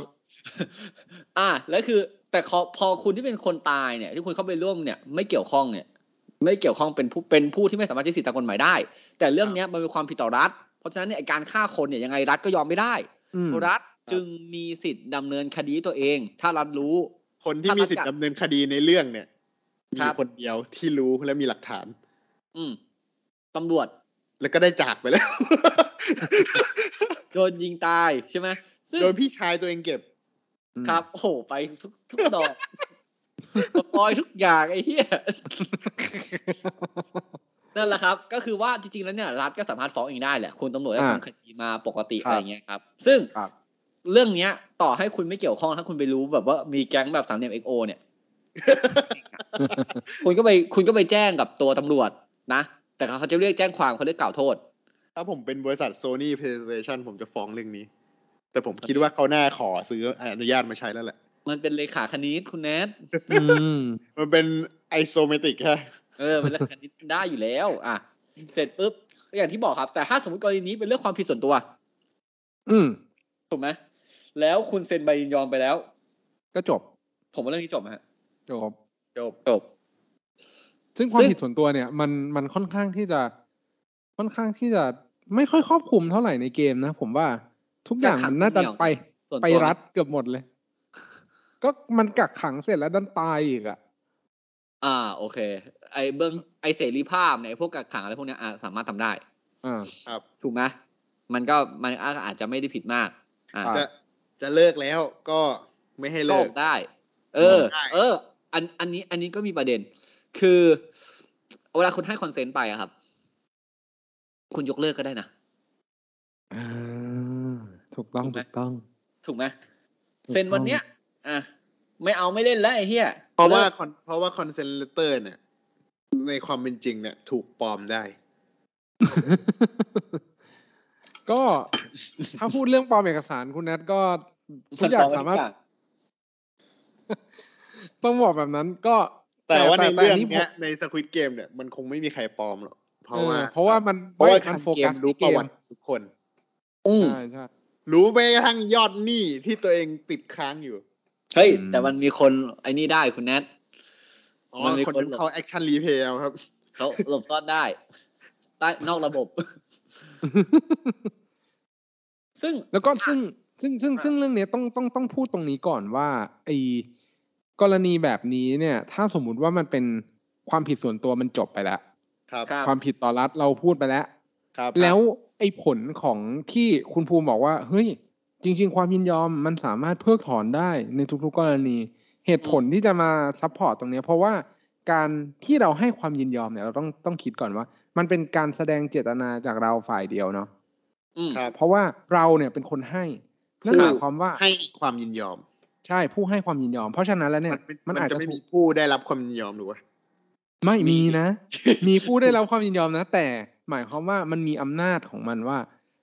อ่าแล้วคือ แต่พอพอคุณที่เป็นคนตายเนี่ย ที่คุณเข้าไปร่วมเนี่ย ไม่เกี่ยวข้องเนี่ย ไม่เกี่ยวข้องเป็นผู้เป็นผู้ที่ไม่สามารถใช้สิทธิตามกฎหมายได้ แต่เรื่องเนี้ยมันเป็นความผิดต่อรัฐ เพราะฉะนั้นเนี่ยไอ้การฆ่าคนเนี่ยยังไงรัฐก็ยอมไม่ได้
อืม
รัฐจึงมีสิทธิ์ดำเนินคดีตัวเอง ถ้ารัฐรู้
คนที่มีสิทธิ์ดำเนินคดีในเรื่องเนี่ย
ครั
มี
บ
คนเดียวที่รู้และมีหลักฐาน
อืมตำรวจ
แล้วก็ได้จากไปแล้ว
โดนยิงตายใช่ไหมซึ่ง
โดยพี่ชายตัวเองเก็บ
ครับโอ้โหไปทุกทุกดอกสปอยทุกอย่างไอ้เหี้ย นั่นแหละครับ ก็คือว่าจริงๆแล้วเนี่ยรัฐก็สามารถฟ้องเองได้แหละคุณตำรวจก็
อ่า
ทำคดีมาปกติ
ครับ
อะไรเงี้ยครับ ซึ่ง
ครับ
เรื่องเนี้ย ต่อให้คุณไม่เกี่ยวข้องถ้าคุณไปรู้แบบว่ามีแก๊งแบบสามเหลี่ยมเอ็กโอเนี่ย คุณก็ไปคุณก็ไปแจ้งกับตัวตำรวจนะ แต่เขาเขาจะเรียกแจ้งความเขาเรียกกล่าวโทษ
ถ้าผมเป็นบริษัท Sony PlayStation ผมจะฟ้องเรื่องนี้ แต่ผมคิดว่าเขาหน้าขอซื้ออนุญาตมาใช้แล้วแหละ
มันเป็นเลขาคณิตคุณแนท
อืม
มันเป็นไอโซเมติกแค่
เออเป็นเรื่องการ นี้ได้อยู่แล้ว อ่ะ เสร็จปุ๊บก็อย่างที่บอกครับ แต่ถ้าสมมติกรณีนี้เป็นเรื่องความผิดส่วนตัว
อืม
ถูกไหมแล้วคุณเซ็นใบยินยอมไปแล้ว
ก็จบ
ผมว่าเรื่องนี้จบไหมฮะ
จบ
จบ
จบ
ซึ่งความ
ซึ่ง
ผิดส่วนตัวเนี่ย มันมันค่อนข้างที่จะ ค่อนข้างที่จะไม่ค่อยครอบคลุมเท่าไหร่ในเกมนะ ผมว่าทุกอย่างมันน่าจะไป
ส่วนตัว
ไปรัดเกือบหมดเลย ก็มันกักขังเสร็จแล้วดันตายอีกอ่ะ
อ่า โอเค ไอเบื้องไอเสรีภาพเนี่ยไอ้พวกกักขังอะไรพวกเนี้ยอ่ะสามารถทำได้
อ่า
ถูกไหมมันก็มันอาจจะไม่ได้ผิดมาก อ่า
ครับ
จะจะเลิกแล้วก็ไม่ให้
โล
เลิก
กได้ เออ
ได้
เออ อันอันนี้อันนี้ก็มีประเด็น คือเวลาคุณให้คอนเซนต์ไปอะครับ คุณยกเลิกก็ได้นะ
อ่าถูกต้อง
ถูกไหม
ถูกต้อง
ถูกไหม
ถูกต้อง
เซ็นวันเนี้ย อ่ะ ไม่เอาไม่เล่นแล้วไอ้เหี้ย
เพราะว่าคอนเพราะว่าคอนเซนเตอร์เนี่ยในความเป็นจริงเนี่ยถูกปลอมได้
ก็ถ้าพูดเรื่องปลอมเอกสารคุณแนทก็ทุก
น
อย่าง
ฟ้
สามารถต้องบอกแบบนั้นก็
แต่ว่าในเรื่อง
ผม
เนี้ยในสควิตเกมเนี่ยมันคงไม่มีใครปลอมหรอกเพราะว่า
ออเพราะว่ามัน
เพราะว่า
มั
ทานง
โฟ
เก
กั
ม
ส
รู้
ที่เก
ประ
ม
วัติทุกคน
อืม
ใช่ใช่
รู้ไปกระทั่งยอดหนี้ที่ตัวเองติดค้างอยู่
เฮ้ย
อืม
แต่มันมีคนไอ้นี่ได้คุณแนท
อ๋อ
มันมี
คน
คน
นั้น
หลบ
เขาแอคชั่นรีเพย์ครับ
เขาหลบซ่อนได้ใต้นอกระบบ ซึ่ง
แล้วก็ซึ่งซึ่งซึ่งซึ่งเรื่องเนี้ยต้องต้องต้องพูดตรงนี้ก่อนว่าไอกรณีแบบนี้เนี่ย ถ้าสมมุติว่ามันเป็นความผิดส่วนตัวมันจบไปแล้ว
ครับ
ครับ
ความผิดต่อรัฐเราพูดไปแล้ว
ครับ
แล้วไอ้ผลของที่คุณภูมิบอกว่า เฮ้ย จริง ๆ ความยินยอมมันสามารถเพิกถอนได้ในทุกๆกรณี เหตุผลที่จะมาซัพพอร์ตตรงเนี้ยเพราะว่าการที่เราให้ความยินยอมเนี่ยเราต้องต้องคิดก่อนว่า มันเป็นการแสดงเจตนาจากเราฝ่ายเดียวเนาะ
อืม
ครับ
เพราะว่าเราเนี่ยเป็นคนให้นั่นหมายความว่า
ให้ความยินยอม
ใช่ผู้ให้ความยินยอม เพราะฉะนั้นแล้วเนี่ย
มั
มัน น
อา
อา
จ
จ
จะ
จะ
ไม่
ถู
มี
ก
ผู้ได้รับความยินยอมหรือวะ
ไม่
มี
มีนะ มีผู้ได้รับความยินยอมนะ แต่หมายความว่ามันมีอำนาจของมันว่า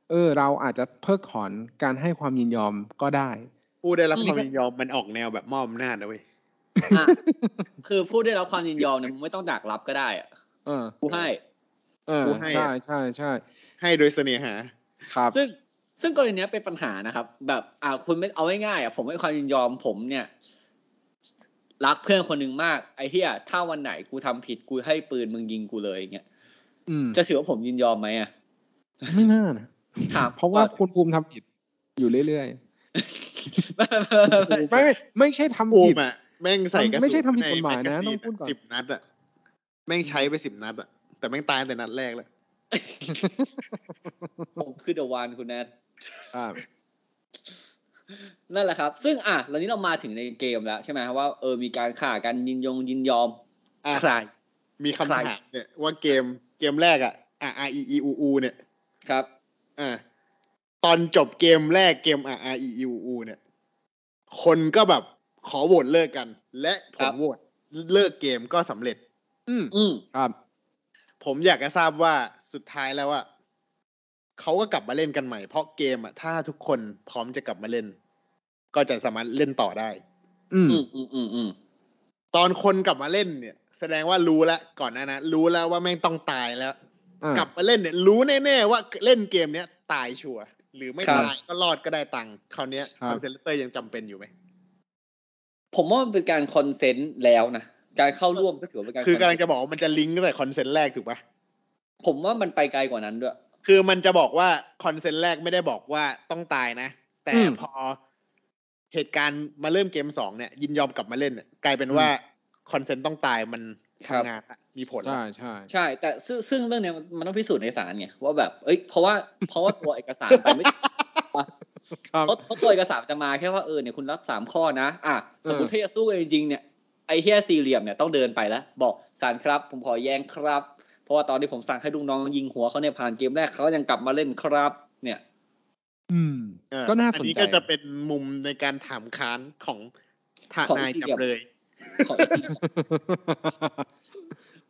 เออ เราอาจจะเพิกถอนการให้ความยินยอมก็ได้
ผู้ได้รับ
อืม
ความยินยอมมันออกแนวแบบมอบอำนาจนะเว้ย
อ่ะคือผู้ได้รับความยินยอมเนี่ยมึงไม่ต้องดักรับก็ได้อะ
เออ
กูให้
เออ
ผู้ให้อะ
ใช่ใช่ใช่
ให้โดยเสน่หา
ครับ
ซึ่งซึ่งกรณีเนี้ยเป็นปัญหานะครับ แบบอ่าคุณไม่เอาง่ายๆอ่ะผมให้ความยินยอมผมเนี่ย รักเพื่อนคนหนึ่งมากไอ้เหี้ยถ้าวันไหนกูทำผิดกูให้ปืนมึงยิงกูเลยอย่างเงี้ย
อืม
จะถือว่าผมยินยอมไหมอ่ะ
ไม่น่านะ
ถาม
เพราะว่าคุณภูมิทำผิดอยู่เรื่อย
ไม่ไม่
ๆไม่
ไม่
ไม่ใช่ทำ
ภู
ผิด
มิอ่ะแม่งใส่กระสุน
ไม่ใช่ทำผิดกฎหมายนะ
ใแกซี
ต้องพูดก่อน
สิบนัดอ่ะแม่งใช้ไปสิบนัดอ่ะแต่แม่งตายตั้งแต่นัดแรกแล้ว
ผมคือเดอะวานคุณแอด
ครับ
นั่นแหละครับ ซึ่งอ่ะตอนนี้เรามาถึงในเกมแล้วใช่ไหมว่าเออมีการข่ากันยินยงยินยอม
อ่ะ
ใคร
มีคำ
ใคร
ถามเนี่ยว่าเกมเกมแรกอ่ะอ่ะ R E E U U เนี่ย
ครับ
อ่ะตอนจบเกมแรกเกม R R E E U U เนี่ย คนก็แบบขอโหวตเลิกกัน และผ
ครั
ม
บ
โหวตเลิกเกมก็สำเร็จ
อืม
อืม
ครับ
ผมอยากจะทราบว่าสุดท้ายแล้วว่าเขาก็กลับมาเล่นกันใหม่ เพราะเกมอ่ะถ้าทุกคนพร้อมจะกลับมาเล่น ก็จะสามารถเล่นต่อได้
อืม
อืมอืมอืมอืม
ตอนคนกลับมาเล่นเนี่ย แสดงว่ารู้แล้วก่อนหน้านะรู้แล้วว่าแม่งต้องตายแล้ว
อ่ะ
กลับมาเล่นเนี่ยรู้แน่ๆว่าเล่นเกมเนี้ยตายชัวร์หรือไม่
ครับ
ตายก็รอดก็ได้ตังค์คราวเนี้ย
ครับ
คอนเซนเตอร์ยังจำเป็นอยู่ไหม
ผมว่ามันเป็นการคอนเซนต์แล้วนะการเข้าร่วมก็ถือว่าเป็นการ
คือกำลังจะบอกว่ามันจะลิงก์ตั้งแต่คอนเซนต์แรกถูกปะ
ผมว่ามันไปไกลกว่านั้นด้วย
คือมันจะบอกว่าคอนเซนต์แรกไม่ได้บอกว่าต้องตายนะ แต่
อืม
พอเหตุการณ์มาเริ่มเกมสองเนี่ย ยินยอมกลับมาเล่นเนี่ยกลายเป็นว่าคอนเซนต์ต้องตายมัน
ครับ
ทำงานละมีผลละ
ใช่ใช่
ใช่ แต่ซึ่งซึ่งเรื่องเนี้ยมันมันต้องพิสูจน์ในศาลไงว่าแบบเอ้ยเพราะว่าเพราะว่าตัวเอกสารไปไม่
ครับ
เพราะเพราะตัวเอกสารจะมาแค่ว่าเออเนี่ยคุณรับสามข้อนะอ่ะสมมติ
เออ
ถ้าจะสู้กันจริงๆเนี่ยไอ้เฮียสี่เหลี่ยมเนี่ยต้องเดินไปแล้ว บอกสารครับ ผมขอแย้งครับ เพราะว่าตอนที่ผมสั่งให้ลูกน้องยิงหัวเขาเนี่ยผ่านเกมแรกเขายังกลับมาเล่นครับ เนี่ย
อืม
เออ
ก็น่าส
อั
น
นนี้
ใจ
ก็จะเป็นมุมในการถามค้านของท
ของ
นาย
ที่
จับ
แบบ
เลย
ขอ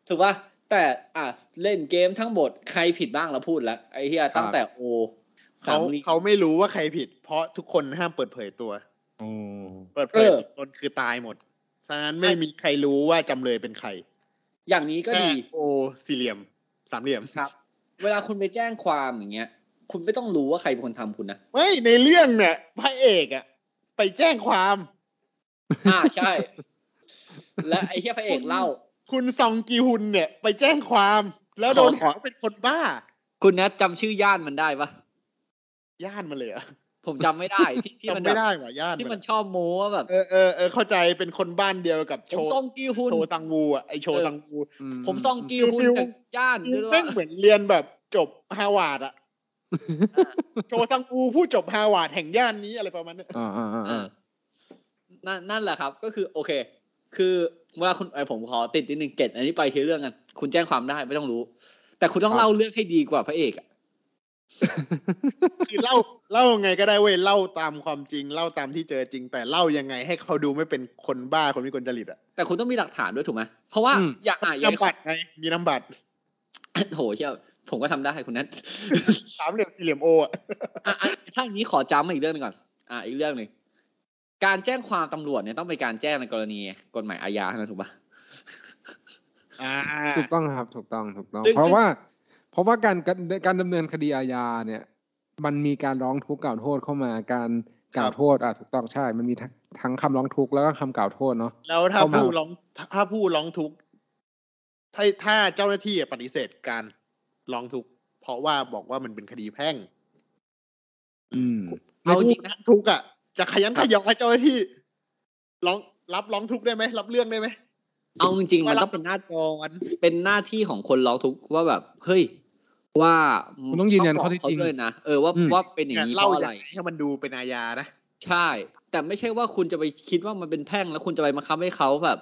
ถูกป่ะแต่อ่ะเล่นเกมทั้งหมดใครผิดบ้างเราพูดแล้วไอ้เฮียตั้งแต่โอ
เขา
สมลี
เขาไม่รู้ว่าใครผิด เพราะทุกคนห้ามเปิดเผยตัว
โอ้
เปิดเผย
เออ
ตัวตนคือตายหมดฉะนั้นไม่มีใครรู้ว่าจำเลยเป็นใคร
อย่างนี้ก็ดี
แค่โอสี่เหลี่ยม สามเหลี่ยม
ครับ เวลาคุณไปแจ้งความอย่างเงี้ย คุณไม่ต้องรู้ว่าใครเป็นคนทำคุณนะ
ไม่ในเรื่องเนี่ยพระเอกอะไปแจ้งความ
อ่าใช่ และไอ้เฮียพระเอกเล่า
คุณซองกีฮุนเนี่ย ไปแจ้งความ แล้วโดน
ขอ
หาว่าเป็นคนบ้า
คุณแนทจำชื่อย่านมันได้ปะ
ย่านมาเลยเหรอะ
ผมจำไม่ได้ที่ที่มันแบ
จำไม่
บ
ได้ว่ะย่าน
ที่มัน
น
ชอบโม้ว่าแบบ
เออเออเออเข้าใจเป็นคนบ้านเดียวกับ
ผ
โช
ม
ว์
ซองกีฮุน
โชว์ตังวูอะไอโชว์ตังวู
ผมซองกีฮุน
ฟิว
จากย่านด้วย
แม่
ว่าง
เหมือนเรียนแบบจบฮาวาดอะโชซังอูผู้จบฮาวาดแห่งย่านนี้อะไรประมาณเนี้ย
อ่าอ่าอ่าอ่า
นั่นนั่นแหละครับ ก็คือโอเค คือเวลาคุณไอยผมขอติดนิดนึงเกตอันนี้ไปทีเรื่องกันคุณแจ้งความได้ไม่ต้องรู้ แต่คุณต้อ
ค
ง
รับ
เล่าเรื่องให้ดีกว่าพระเอกอะ
คือเล่าเล่าไงก็ได้เว้ยเล่าตามความจริง เล่าตามที่เจอจริง แต่เล่ายังไงให้เขาดูไม่เป็นคนบ้าคนวิกลจริตอะ
แต่คุณต้องมีหลักฐานด้วยถูกไหมเพราะว่า
อืม
อยากอ่ะอย่าง
นำบัตรไงมีนำบัตร
โหเชี่ยผมก็ทำได้คุณแนท
สามเหลี่ยมสี่เหลี่ยมโออะ
อ่ะอ่ะถ้าอย่างนี้ขอจำมาอีกเรื่องหนึงก่อน อ่ะอีกเรื่องหนึ่งการแจ้งความตำรวจเนี่ยต้องเป็นการแจ้งในกรณีกฎหมายอาญาเท่านั้นถูกปะ
อ่า
ถูกต้องครับถูกต้องถูกต้อง
ซึ่ง
เพราะว่า เพราะว่าการการการดำเนินคดีอาญาเนี่ย มันมีการร้องทุกข์กล่าวโทษเข้ามาการกล่าวโทษอ่ะถูกต้องใช่ มันมีทั้งทั้งคำร้องทุกข์แล้วก็คำกล่าวโทษเนาะ
แล้วถ้า
เข้ามา
ผู้ร้องถ้าผู้ร้องทุกข์ถ้าถ้าเจ้าหน้าที่ปฏิเสธการร้องทุกข์เพราะว่าบอกว่ามันเป็นคดีแพ่ง
อืม
เอาจริงนะ
ทุกข์อ่ะจะขยันขยอให้เจ้าหน้าที่ร้องรับร้องทุกข์ได้ไหมรับเรื่องได้ไหม
เอาจริงๆมัน
ว่ารั
ต้อง
บ
เป็นหน้า
ก่อน
เป็นหน้าที่ของคนร้องทุกข์ว่าแบบเฮ้ยว่า
คุณต้องยืนยันข้อเท็จจริง
ต้บกเขาด้วยนะเออว่า
อืม
ว่าเป็นอย่างนี้เพ
เล่า
ราะ
อะ
อะไรไร
ให้มันดูเป็นอาญานะ
ใช่ แต่ไม่ใช่ว่าคุณจะไปคิดว่ามันเป็นแพ่งแล้วคุณจะไปมาคับให้เขาแบบ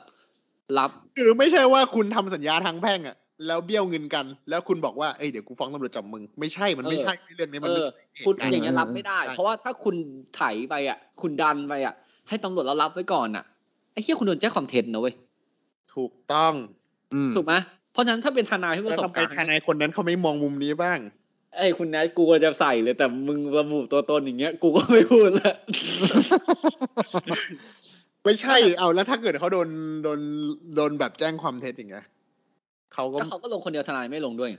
รับ
คือไม่ใช่ว่าคุณทำสัญญาทางแพ่งอ่ะ แล้วเบี้ยวเงินกัน แล้วคุณบอกว่าเอ้ยเดี๋ยวกูฟ้องตำรวจจับมึงไม่ใช่มันไม่ใช่เรื่องนี้มันไม่ใช่
คุณอย่างเงี้ยรับไม่ได้
ใช่
เพราะว่าถ้าคุณไถไปอ่ะ คุณดันไปอ่ะ ให้ตำรวจเรารับไว้ก่อนอ่ะไอ้เหี้ยคุณโดนแจ้งความเท็จนะเว้ย
ถูกต้อง
อืม
ถูกไหมเพราะฉะนั้นถ้าเป็นทนายที่ป
แล้ว
ระสบ
ทำไม
การณ์
ทนายคนนั้นเขาไม่มองมุมนี้บ้าง
ไอ้ยคุณแนทกูก็จะใส่เลยแต่มึงระบุตัวตนอย่างเงี้ย กูก็ไม่พูดละ
ไม่ใช่ เอาแล้วถ้าเกิดเขาโดนโดนโดนแบบแจ้งความเท็จอย่างเงี้ยเขาก็
แล้วเขาก็ลงคนเดียวทนายไม่ลงด้วยไง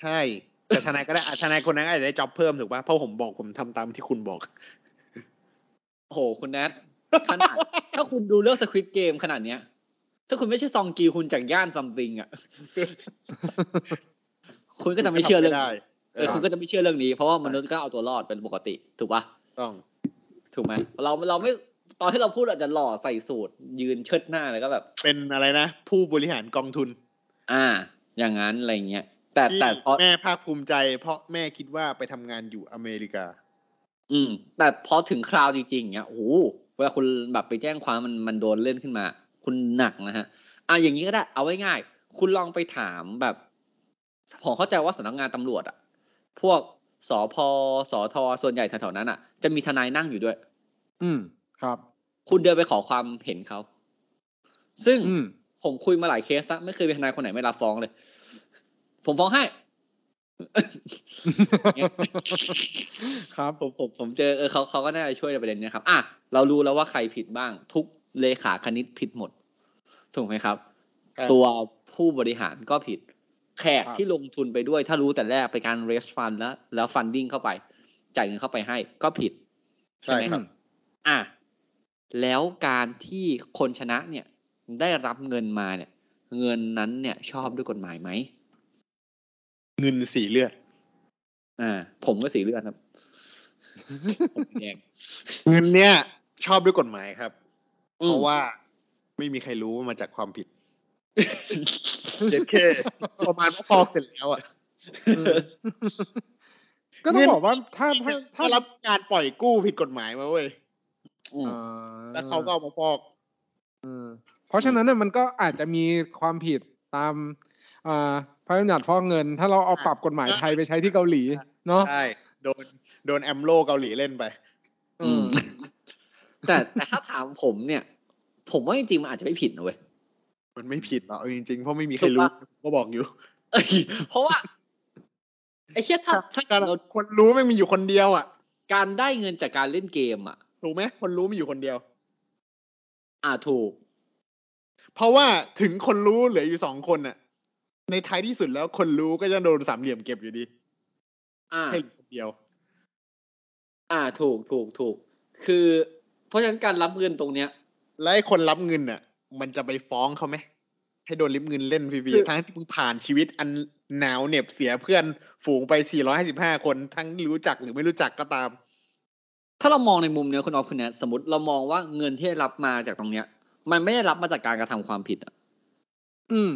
ใช่ แต่ทนายก็ได้อ่ะทนายคนนั้นอาจจะได้จ็อบเพิ่มถูกป่ะเพราะผมบอกผมทำตามที่คุณบอก
โอ้โหคุณแนทขนาด ถ้าคุณดูเรื่องสควิตเกมขนาดเนี้ย ถ้าคุณไม่ใช่ซองกีคุณจากย่านซัมติง อ่ะ คุณก็จะไม่เชื่อเรื่องนี้ เออคุณก็จะไม่เชื่อเรื่องนี้ เพราะว่ามนุษย์ก็เอาตัวรอดเป็นปกติ ถูกปะ
ต้อง
ถูกไหมเราเราไม่ตอนที่เราพูดอาจจะหล่อใส่สูตร ยืนเชิดหน้าแล้วก็แบบ
เป็นอะไรนะ ผู้บริหารกองทุน
อ่า อย่างนั้นอะไรเงี้ยแต่
ที่
แต่พอ
แม่ภาคภูมิใจ เพราะแม่คิดว่าไปทำงานอยู่อเมริกา
อืม แต่พอถึงคราวจริงๆเงี้ยโอ้โหเวลาคุณแบบไปแจ้งความมันมันโดนเล่นขึ้นมา คุณหนักนะฮะ อ่ะอย่างนี้ก็ได้เอาไว้ง่าย คุณลองไปถามแบบผมเข้าใจว่าสำนักงานตำรวจอะพวกสพสทส่วนใหญ่แถวๆนั้นอะจะมีทนายนั่งอยู่ด้วย
อืมครับ
คุณเดินไปขอความเห็นเขา ซึ่ง
อืม
ผมคุยมาหลายเคสละไม่เคยมีทนายคนไหนไม่รับฟ้องเลย ผมฟ้องให้
ครับ
ผมผมผมเจอเออเขาเขาก็น่าจะช่วยในประเด็นเนี้ยครับ อ่ะ เรารู้แล้วว่าใครผิดบ้าง ทุกเลขาคณิตผิดหมด ถูกไหมครับ
ครับ
ตัวผู้บริหารก็ผิด แขก
ครับ
ที่ลงทุนไปด้วย ถ้ารู้แต่แรกเป็นการ raise fund แล้ว แล้ว funding เข้าไป จ่ายเงินเข้าไปให้ก็ผิด ใช่ไหมครับ อ่ะแล้วการที่คนชนะเนี่ย ได้รับเงินมาเนี่ย เงินนั้นเนี่ย ชอบด้วยกฎหมายไหม
เงินสีเลือด
อ่า ผมก็สีเลือดครับ ผมสีแดง
เงินเนี่ย ชอบด้วยกฎหมายครับ
อืม
เพราะว่าไม่มีใครรู้ว่ามาจากความผิดเจ็ดเคประมาณว่าฟอกเสร็จแล้วอ่ะ
อืมก็ต้องบอกว่าถ้าถ้าถ้า
ถ้าถ้ารับการปล่อยกู้ผิดกฎหมายมาเว้ย
อืม
อ่
แล้วเขาก็เอามาฟอก
เพราะฉะนั้นน่ะมันก็อาจจะมีความผิดตามอ่าพระราชบัญญัติฟอกเงิน ถ้าเราเอาปรับกฎหมายไทยไปใช้ที่เกาหลีเนาะ
ใช่ โดน โดนแอมโลเกาหลีเล่นไป
อืม แต่แต่ถ้าถามผมเนี่ย ผมว่าจริงๆมันอาจจะไม่ผิดนะเว้ย
มันไม่ผิดหรอกเอาจริงๆ เพราะไม่มีใครรู้ ก็บอกอยู่
เอ้ยเพราะว่าไอ้เชี่ยถ้า ถ้า
การ
เรา
คนรู้ไม่งมีอยู่คนเดียวอ่ะ
การได้เงินจากการเล่นเกมอ่ะ
ถูกไหมคนรู้มีอยู่คนเดียว
อ่าถูก
เพราะว่าถึงคนรู้เหลืออยู่สองคนอ่ะ ในท้ายที่สุดแล้วคนรู้ก็จะโดนสามเหลี่ยมเก็บอยู่ดี
อ่า
ให้คนเดียว
อ่าถูกถูกถูก คือ เพราะฉะนั้นการรับเงินตรงเนี้ย
แล้วไอ้คนรับเงินอ่ะ มันจะไปฟ้องเขาไหม ให้โดนริบเงินเล่นฟรี
คือ
ๆทั้งที่เพิ่งผ่านชีวิตอันหนาวเหน็บเสียเพื่อนฝูงไป 455 คนทั้งรู้จักหรือไม่รู้จักก็ตาม
ถ้าเรามองในมุมเนี้ยคุณออฟคุณแนทสมมติเรามองว่าเงินที่ได้รับมาจากตรงเนี้ย มันไม่ได้รับมาจากการกระทำความผิดอะ
อืม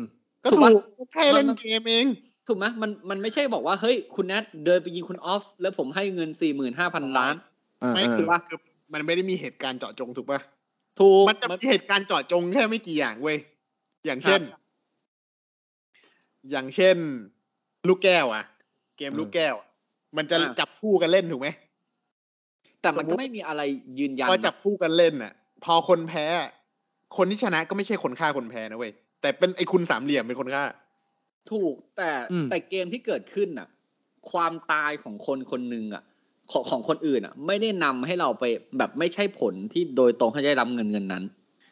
ก็
ถูก
ถู
ปะ
กก็แค่เล่นเกมเอง
ถูกไหมมันมันไม่ใช่บอกว่าเฮ้ยคุณแนทเดินไปยิงคุณออฟ แล้วผมให้เงินสี่หมื่นห้าพันล้าน
อ่า
ไม่
อ่า
คือ
ว่า
คือมันไม่ได้มีเหตุการณ์เจาะจงถูกปะ
ถูก
มันจะมีเหตุการณ์เจาะจงแค่ไม่กี่อย่างเว้ย อย่างเช่น
ครับ
อย่างเช่น ลูกแก้วอะเกมลูกแก้วอะมันจะจับคู่กันเล่นถูกไหม
แต่มัน
สมมุ
ก็
ติ
ไม่มีอะไรยืนยัน
พอจับคู่กันเล่นอ่ะ พอคนแพ้อะคนที่ชนะก็ไม่ใช่คนฆ่าคนแพ้นะเว้ยแต่เป็นไอ้คุณสามเหลี่ยมเป็นคนฆ่า
ถูกแต่
อืม
แต่เกมที่เกิดขึ้นน่ะ ความตายของคนคนหนึ่งอ่ะ ของของคนอื่นอ่ะ ไม่ได้นำให้เราไปแบบไม่ใช่ผลที่โดยตรงให้ได้รับเงินเงินนั้น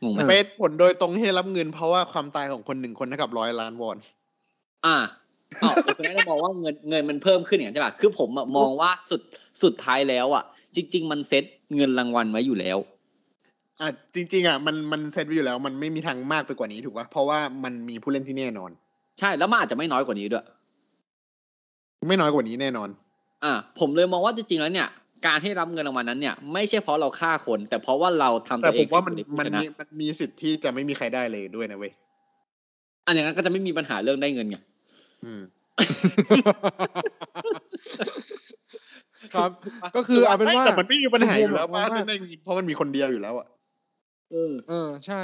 งงไหม
เป็นผลโดยตรงที่ได้รับเงิน เพราะว่าความตายของคนหนึ่งคนเท่ากับร้อยล้านวอน
อ่าอ้าวคุณแม่ได้มองว่าเงินเงินมันเพิ่มขึ้นอย่างนั้นใช่ป่ะคือผมอะมองว่าสุดสุดท้ายแล้วอ่ะ จริง ๆ มันเซ็ตเงินรางวัลไว้อยู่แล้ว
อ่ะจริงๆอ่ะมันมันเซตไว้อยู่แล้ว มันไม่มีทางมากไปกว่านี้ถูกปะเพราะว่ามันมีผู้เล่นที่แน่นอน
ใช่แล้วมันอาจจะไม่น้อยกว่านี้ด้วย
ไม่น้อยกว่านี้แน่นอน
อ่าผมเลยมองว่าจริงๆแล้วเนี่ย การให้รับเงินรางวัลนั้นเนี่ย ไม่ใช่เพราะเราฆ่าคน แต่เพราะว่าเราทำ
แต่
ตัวเอ
ผ
ง
มว่ามัน
ให้อยู่ใผู้
มัน
ชะ
มีมันมีสิทธิ์ที่จะไม่มีใครได้เลยด้วยนะเว้ย
อันอย่างนั้นก็จะไม่มีปัญหาเรื่องได้เงินไง
อืม
ครับ ก็คือเอาเป็นว่า
แต่มันไม่มีปัญหาอยู่แล้ว
ผม
ว่า
ว่า
เรื่องได้เงินเพราะมันมีคนเดียวอยู่แล้วอ่ะ
เออ
เออใช่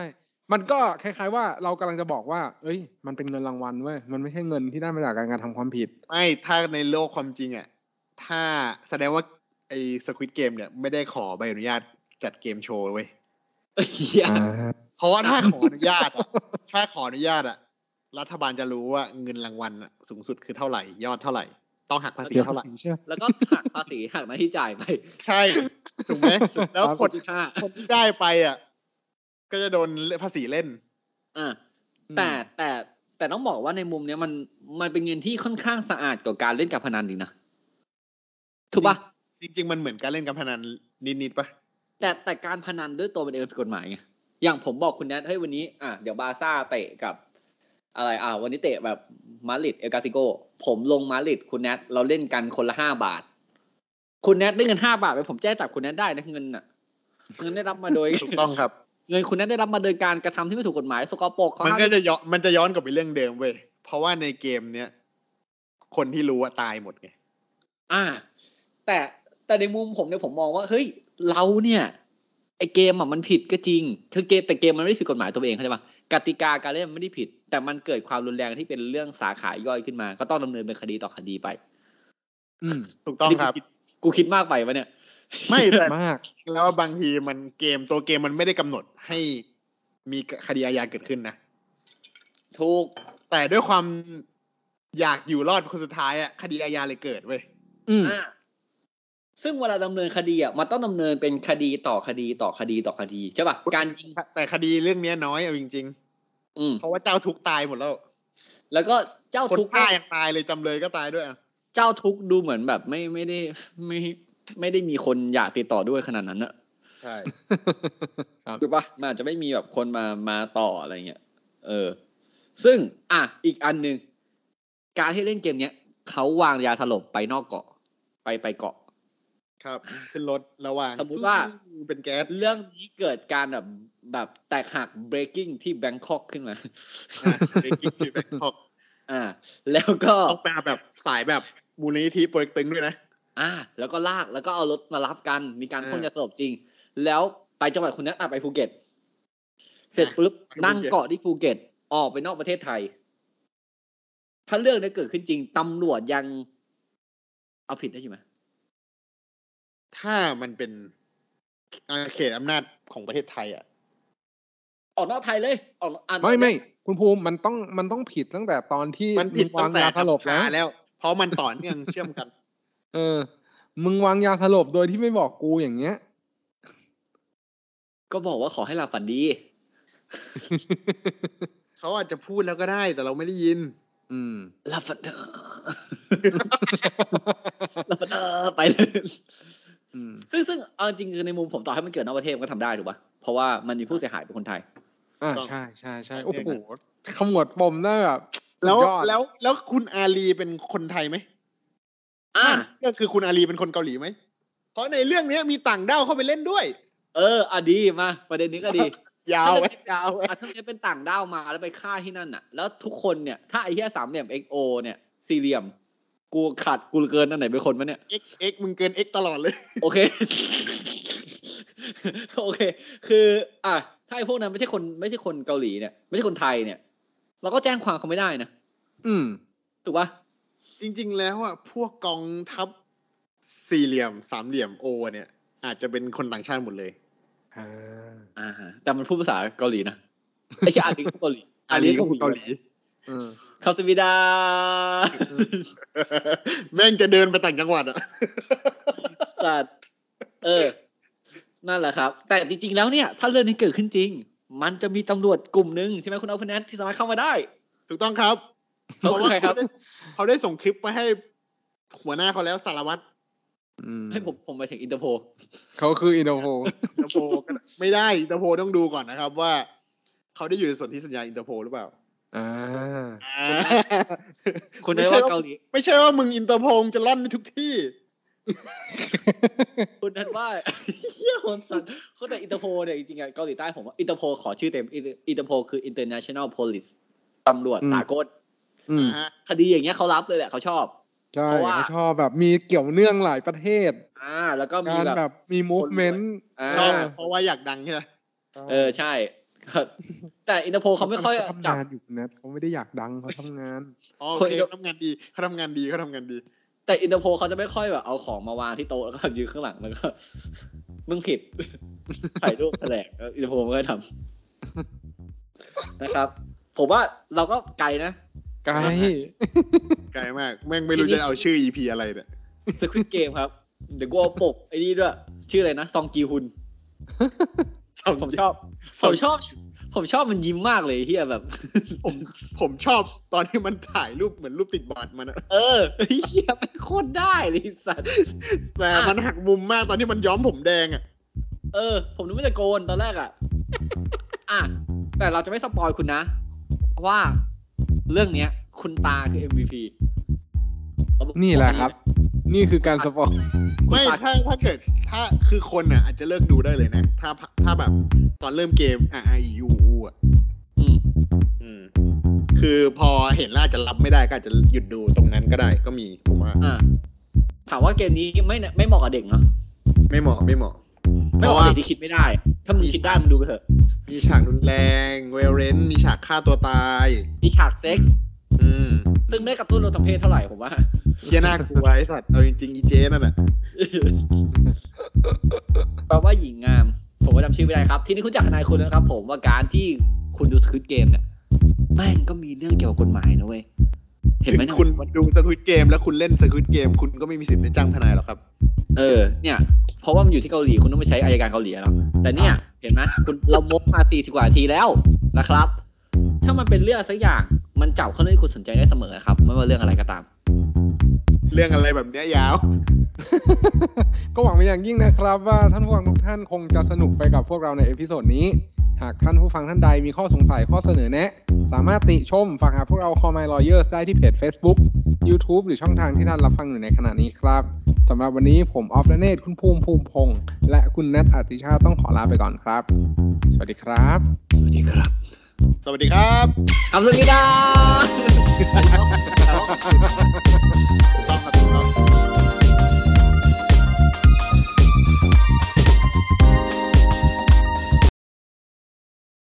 มันก็คล้ายๆว่าเรากำลังจะบอกว่า เอ้ย มันเป็นเงินรางวัลเว้ย มันไม่ใช่เงินที่ได้มาจากการกระทำความผิด
ไม่ถ้าในโลกความจริงอ่ะ ถ้าแสดงว่าไอ้สควิตเกมเนี่ยไม่ได้ขอใบอนุญาตจัดเกมโชว์เว้ย
เหี้ย
เพราะว่าถ้าขออนุญาตอะ ถ้าขออนุญาตอ่ะ รัฐบาลจะรู้ว่าเงินรางวัลอะสูงสุดคือเท่าไหร่ ยอดเท่าไหร่ ต้องหักภาษี
เสีย
เท่าไหร่
ภษีใช่ไหม
แล้วก็หักภาษีหักหน้าที่จ่ายไป
ใช่ ถูกไหมแล้ว
ครับ
คน
จุดห้า
คนที่ได้ไปอ่ะ ก็จะโดนภาษีเล่น
อ่า แต่แต่แต่ต้องบอกว่าในมุมเนี้ยมันมันเป็นเงินที่ค่อนข้างสะอาดกว่าการเล่นการพนันดีนะ ถูกปะ
จริง ๆ มันเหมือนการเล่นการพนันนิดๆปะ
แต่แต่การพนันด้วยตัวมันเองมันผิดกฎหมายไงอย่างผมบอกคุณแนทเฮ้ยวันนี้ อ่ะเดี๋ยวบาร์ซ่าเตะกับ อะไรอ่ะวันนี้เตะแบบมาดริดเอลกาซิโกผมลงมาดริดคุณแนทเราเล่นกันคนละห้าบาท คุณแนทได้เงินห้าบาทไปผมแจ้งจับคุณแนทได้นะเงินน่ะเงินได้รับมาโดย
ถูกต้องครับ
เงินคุณแนทได้รับมาโดยการกระทำที่ไม่ถูกกฎหมายสกปรกเขา
มัน
ห้าม
ก็จะย้อนมันจะย้อนกลับไปเรื่องเดิมเว้ย เพราะว่าในเกมเนี้ยคนที่รู้ว่าตายหมดไง
อ่า แต่แต่ในมุมผมเนี่ยผมมองว่า เฮ้ย เราเนี่ย ไอเกมอ่ะมันผิดก็จริง คือเกมแต่เกมมันไม่ได้ผิดกฎหมายตัวเองเข้าใจปะกติกาการเล่นมันไม่ได้ผิด แต่มันเกิดความรุนแรงที่เป็นเรื่องสาขาย่อยขึ้นมา ก็ต้องดำเนินเป็นคดีต่อคดีไป
อืม
ถูกต้อง ครับ
นี่กูคิดมากไปวะเนี่ย
ไม่แต่
มาก
แล้วบางทีมันเกมตัวเกมมันไม่ได้กำหนดให้มีคดีอาญาเกิดขึ้นนะ
ถูก
แต่ด้วยความอยากอยู่รอดคนสุดท้ายอะคดีอาญาเลยเกิดเว้ย
อืม
อ่า ซึ่งเวลาดำเนินคดีอ่ะมันต้องดำเนินเป็นคดีต่อคดีต่อคดีต่อคดีใช่ปะการยิง
แต่คดีเรื่องเนี้ยน้อยเอาจริง
อืม
ๆ เพราะว่าเจ้าทุกข์ตายหมดแล้ว
แล้วก็เจ้า
คน
ทุกข์
ฆ่า
เนี่ย
ยังตายเลยจำเลยก็ตายด้วยอะ
เจ้าทุกข์ดูเหมือนแบบไม่ไม่ได้ไม่ไม่ได้มีคนอยากติดต่อด้วยขนาดนั้นอะ
ใช่
ครับ
ถูกปะมันอาจจะไม่มีแบบคนมามาต่ออะไรเงี้ยเออ ซึ่งอ่ะอีกอันหนึ่งการที่เล่นเกมเนี้ยเขาวางยาสลบไปนอกเกาะ ไปไปเกาะ
ครับ ขึ้นรถระหว่าง
สมมุติว่า
เป็นแก๊ส
เรื่องนี้เกิดการแบบแบบแตกหัก breaking ที่แบงคอกขึ้นมา
เด็กกินที่แบงคอก
อ่า แล้วก็
ต้องมาแบบสายแบบมูลนิธิโปรเจกตึงด้วยนะ
อ่า แล้วก็ลากแล้วก็เอารถมารับกันมีการ
เออ
พ่นยาสลบจริง แล้วไปจังหวัดคุณนัทอ่ะไปภูเก็ต เสร็จ ปุ๊บ
ไปภูเก็ต
นั่งเกาะที่ภูเก็ตออกไปนอกประเทศไทย ถ้าเรื่องนี้เกิดขึ้นจริงตำรวจยัง เอาผิดได้ใช่ไหม
ถ้ามันเป็นอาณาเขตอำนาจของประเทศไทยอะ
ออกนอกไทยเลย ออกนอกอ่ะ
ไม่ไม่คุณภูมิมันต้องมันต้องผิดตั้งแต่ตอนที่
มันผิด
ง
ตั้
วาง ง
แต่
ยาสลบ
หา
นะ
แล้ว เพราะมันต่อเนื่อง เชื่อมกัน
เออ มึงวางยาสลบโดยที่ไม่บอกกูอย่างเงี้ย
ก็บอกว่าขอให้หลับฝันดี
เขาอาจจะพูดแล้วก็ได้ แต่เราไม่ได้ยิน
อืม
หลับฝันเถ อะหลับฝันเถอะไปเลย
อืม
ซึ่งซึ่งเอาจริงคือในมุมผมต่อให้มันเกิดนอกประเทศมันก็ทำได้ถูกปะเพราะว่ามันมีผู้เสียหายเป็นคนไทย
อ่า
ต้อง
ใช่ใช่ใช่
ต้อง
โอ้
เรียก
โห
นะ
ขมวดปมได้แบบสุ
แล้
ด
วย
อด
แล้วแล้วคุณอาลีเป็นคนไทยไหม
อ่ะ
ก็คือคุณอาลีเป็นคนเกาหลีไหม เพราะในเรื่องเนี้ยมีต่างด้าวเข้าไปเล่นด้วย
เอออะดีมา ประเด็นนี้ก็ดี
ยาวไว้ยาวไว้
อ่ะถ้าเนี้เป็นต่างด้าวมาแล้วไปฆ่าที่นั่นน่ะ แล้วทุกคนเนี่ย ถ้าไอ้เหี้ยสามเหลี่ยม XO เนี่ย สี่เหลี่ยม กูขาดกูเกินนั่นไหนเป็นคนวะเนี่ย
เอ็กเอ็กมึงเกินเอ็กตลอดเลย
โอเค โอเค คือ อ่ะ ถ้าไอ้พวกนั้นไม่ใช่คนไม่ใช่คนเกาหลีเนี่ย ไม่ใช่คนไทยเนี่ย เราก็แจ้งความเขาไม่ได้นะ
อืม
ถูกปะ
จริง ๆ แล้วอ่ะพวกกองทัพสี่เหลี่ยมสามเหลี่ยมโอเนี่ย อาจจะเป็นคนต่างชาติหมดเลย
อ่า
อ่า แต่มันพูดภาษาเกาหลีนะ ไอ้เหี้ยอาลีก็พูดเกาหลี
อาลีก็คนเกาหลี
เออ
คาสวิดา
แม่งจะเดินไปต่างจังหวัดอ่ะ
สัตว์เออ นั่นแหละครับ แต่จริงๆ แล้วเนี่ย ถ้าเรื่องนี้เกิดขึ้นจริง มันจะมีตำรวจกลุ่มหนึ่งใช่ไหมคุณเอาพนันที่สามารถเข้ามาได้
ถูกต้องครับ
เขาคือใครครับ
เขาได้ส่งคลิปมาให้หัวหน้าเขาแล้วสารวัตร
อืม
ให้ผมผมไปถึงอินเตอร์โพ
เขาคืออินโนโพ
อินเตอร์โพลก็ไม่ได้อินเตอร์โพลต้องดูก่อนนะครับว่า เขาได้อยู่ในสนธิสัญญาอินเตอร์โพลหรือเปล่า
อ่า
อ่า
คุณได้ว่าเกาหลี
ไม่ใช่ว่ามึงอินเตอร์โพลจะล่อนในทุกที่
คุณนั้นว่า เฮียคนสัตว์เขาแต่อินเตอร์โพเนี่ยจริงๆอะเกาหลีใต้ผมว่าอินเตอร์โพขอชื่อเต็มอินเตอร์โพคือ international police ตำรวจ
อืม
สากล
อืม
คดีอย่างเงี้ยเขารับเลยแหละเขาชอบ
ใช่
เพราะว่า
เขาชอบแบบมีเกี่ยวเนื่องหลายประเทศ
อ่า แล้วก็มี
การ
แบบ
แบบมี movement
อ่า
ชอบเพราะว่าอยากดังใช่ไหม
เออใช่ ครับ แต่อินเตอร์โพลเขาไม่ค่อย
ทำ
จับ
งานอยู่นะเขาไม่ได้อยากดังเขาทำงาน
อ๋อโอ
คน
เค
อินโด
เขาทำงานดีเขาทำงานดีเขาทำงานดี
แต่อินเตอร์โพลเขาจะไม่ค่อยแบบเอาของมาวางที่โต๊ะ แล้วก็แบบยืนข้างหลังแล้วก็ มึงผิด ถ่ายรูปแถล งแล้วอินเตอร์โพลไม่ค่อยทำนะครับ ผมว่าเราก็ไกลนะ
ไกล
ไกลมาก แม่งไม่รู้จะเอาชื่อ EP อะไรเนี่ย
สควิตเกมครับ เดี๋ยวกูเอาปกไอ้นี่ด้วย ชื่ออะไรนะ ซองกีฮุน ผมชอบ ผมชอบ ผมชอบมันยิ้มมากเลยเฮียแบบ
ผมผมชอบตอนที่มันถ่ายรูปเหมือนรูปติดบอร์ดมันอะ
เออเฮีย มันโคตรได้เลยไอ้สัตว์
แต่มันหักมุมมากตอนที่มันย้อมผมแดงอะ
เออ ผมนึกว่าจะโกนตอนแรกอ่ะ อ่ะ แต่เราจะไม่สปอยคุณนะ เพราะว่าเรื่องเนี้ย คุณตาคือ MVP
นี่แหละครับ นี่คือการสปอย
ไม่ถ้าถ้าเกิด ถ้าคือคนอ่ะ อาจจะเลิกดูได้เลยนะ ถ้าถ้าแบบตอนเริ่มเกมอ่ะอ่ะอีอูอูอ่ะ
อืม
อืม คือพอเห็นแล่าจจะรับไม่ได้ก็อาจจะหยุดดูตรงนั้นก็ได้ก็มีผมว่า
อ่ะถามว่าเกมนี้ไม่ไม่เหมาะกับเด็กเนาะ
ไม่เหมาะไม่เหมาะเพ
ไม่เห
ราะ
มาะกั
ว่า
บเด็กที่คิดไม่ได้ ถ้ามึงคิดได้มึงดูไปเถอะ
มีฉากรุนแรงเวลเรนมีฉากฆ่าตัวตาย
มีฉากเซ็กซ์
อืม
ซึ่งไม่ได้กระตุ้นเราทางเพศเท่าไหร่ผมว่า
เฮียน่ากลัวไอ้สัตว์เอาจริงๆอีเจนั่นน่ะ
แปลว่าหญิงงาม ผมก็จำชื่อไม่ได้ครับ ทีนี้คุณจากนายคุณแล้วนะครับ ผมว่าการที่คุณดูสควิตเกมเนี่ยแม่งก็มีเรื่องเกี่ยวกับกฎหมายนะเว้ย เห็นไหม
ถึ
เนี่ย
งคุณดูสควิตเกมแล้วคุณเล่นสควิตเกมคุณก็ไม่มีสิทธิ์ได้จ้างทนายหรอกครับ
เออ เนี่ย เพราะว่ามันอยู่ที่เกาหลี คุณต้องไปใช้อายการเกาหลีอะเนาะแต่เนี่ย เห็นไหมคุณเรามกมาสี่สิบกว่านาทีแล้วนะครับ ถ้ามันเป็นเรื่องสักอย่าง มันจับเข้าเรื่องที่คุณสนใจได้เสมอครับ ไม่ว่าเรื่องอะไรก็ตาม
เรื่องอะไรแบบเนี้ยยาว
ก็หวังเป็นอย่างยิ่งนะครับว่าท่านผู้ฟังทุกท่านคงจะสนุกไปกับพวกเราในเอพิโซดนี้ หากท่านผู้ฟังท่านใดมีข้อสงสัยข้อเสนอแนะ สามารถติชมฝากหาพวกเรา Call My Lawyers ได้ที่เพจ Facebook YouTube หรือช่องทางที่ท่านรับฟังอยู่ในขณะนี้ครับสำหรับวันนี้ผมออฟและเนตคุณภูมิภูมิพงษ์และคุณนัทอาติชาติต้องขอลาไปก่อนครับ สวัสดีครับ
สวัสดีครับ
สวัสดีครับ
คำสุดท้าย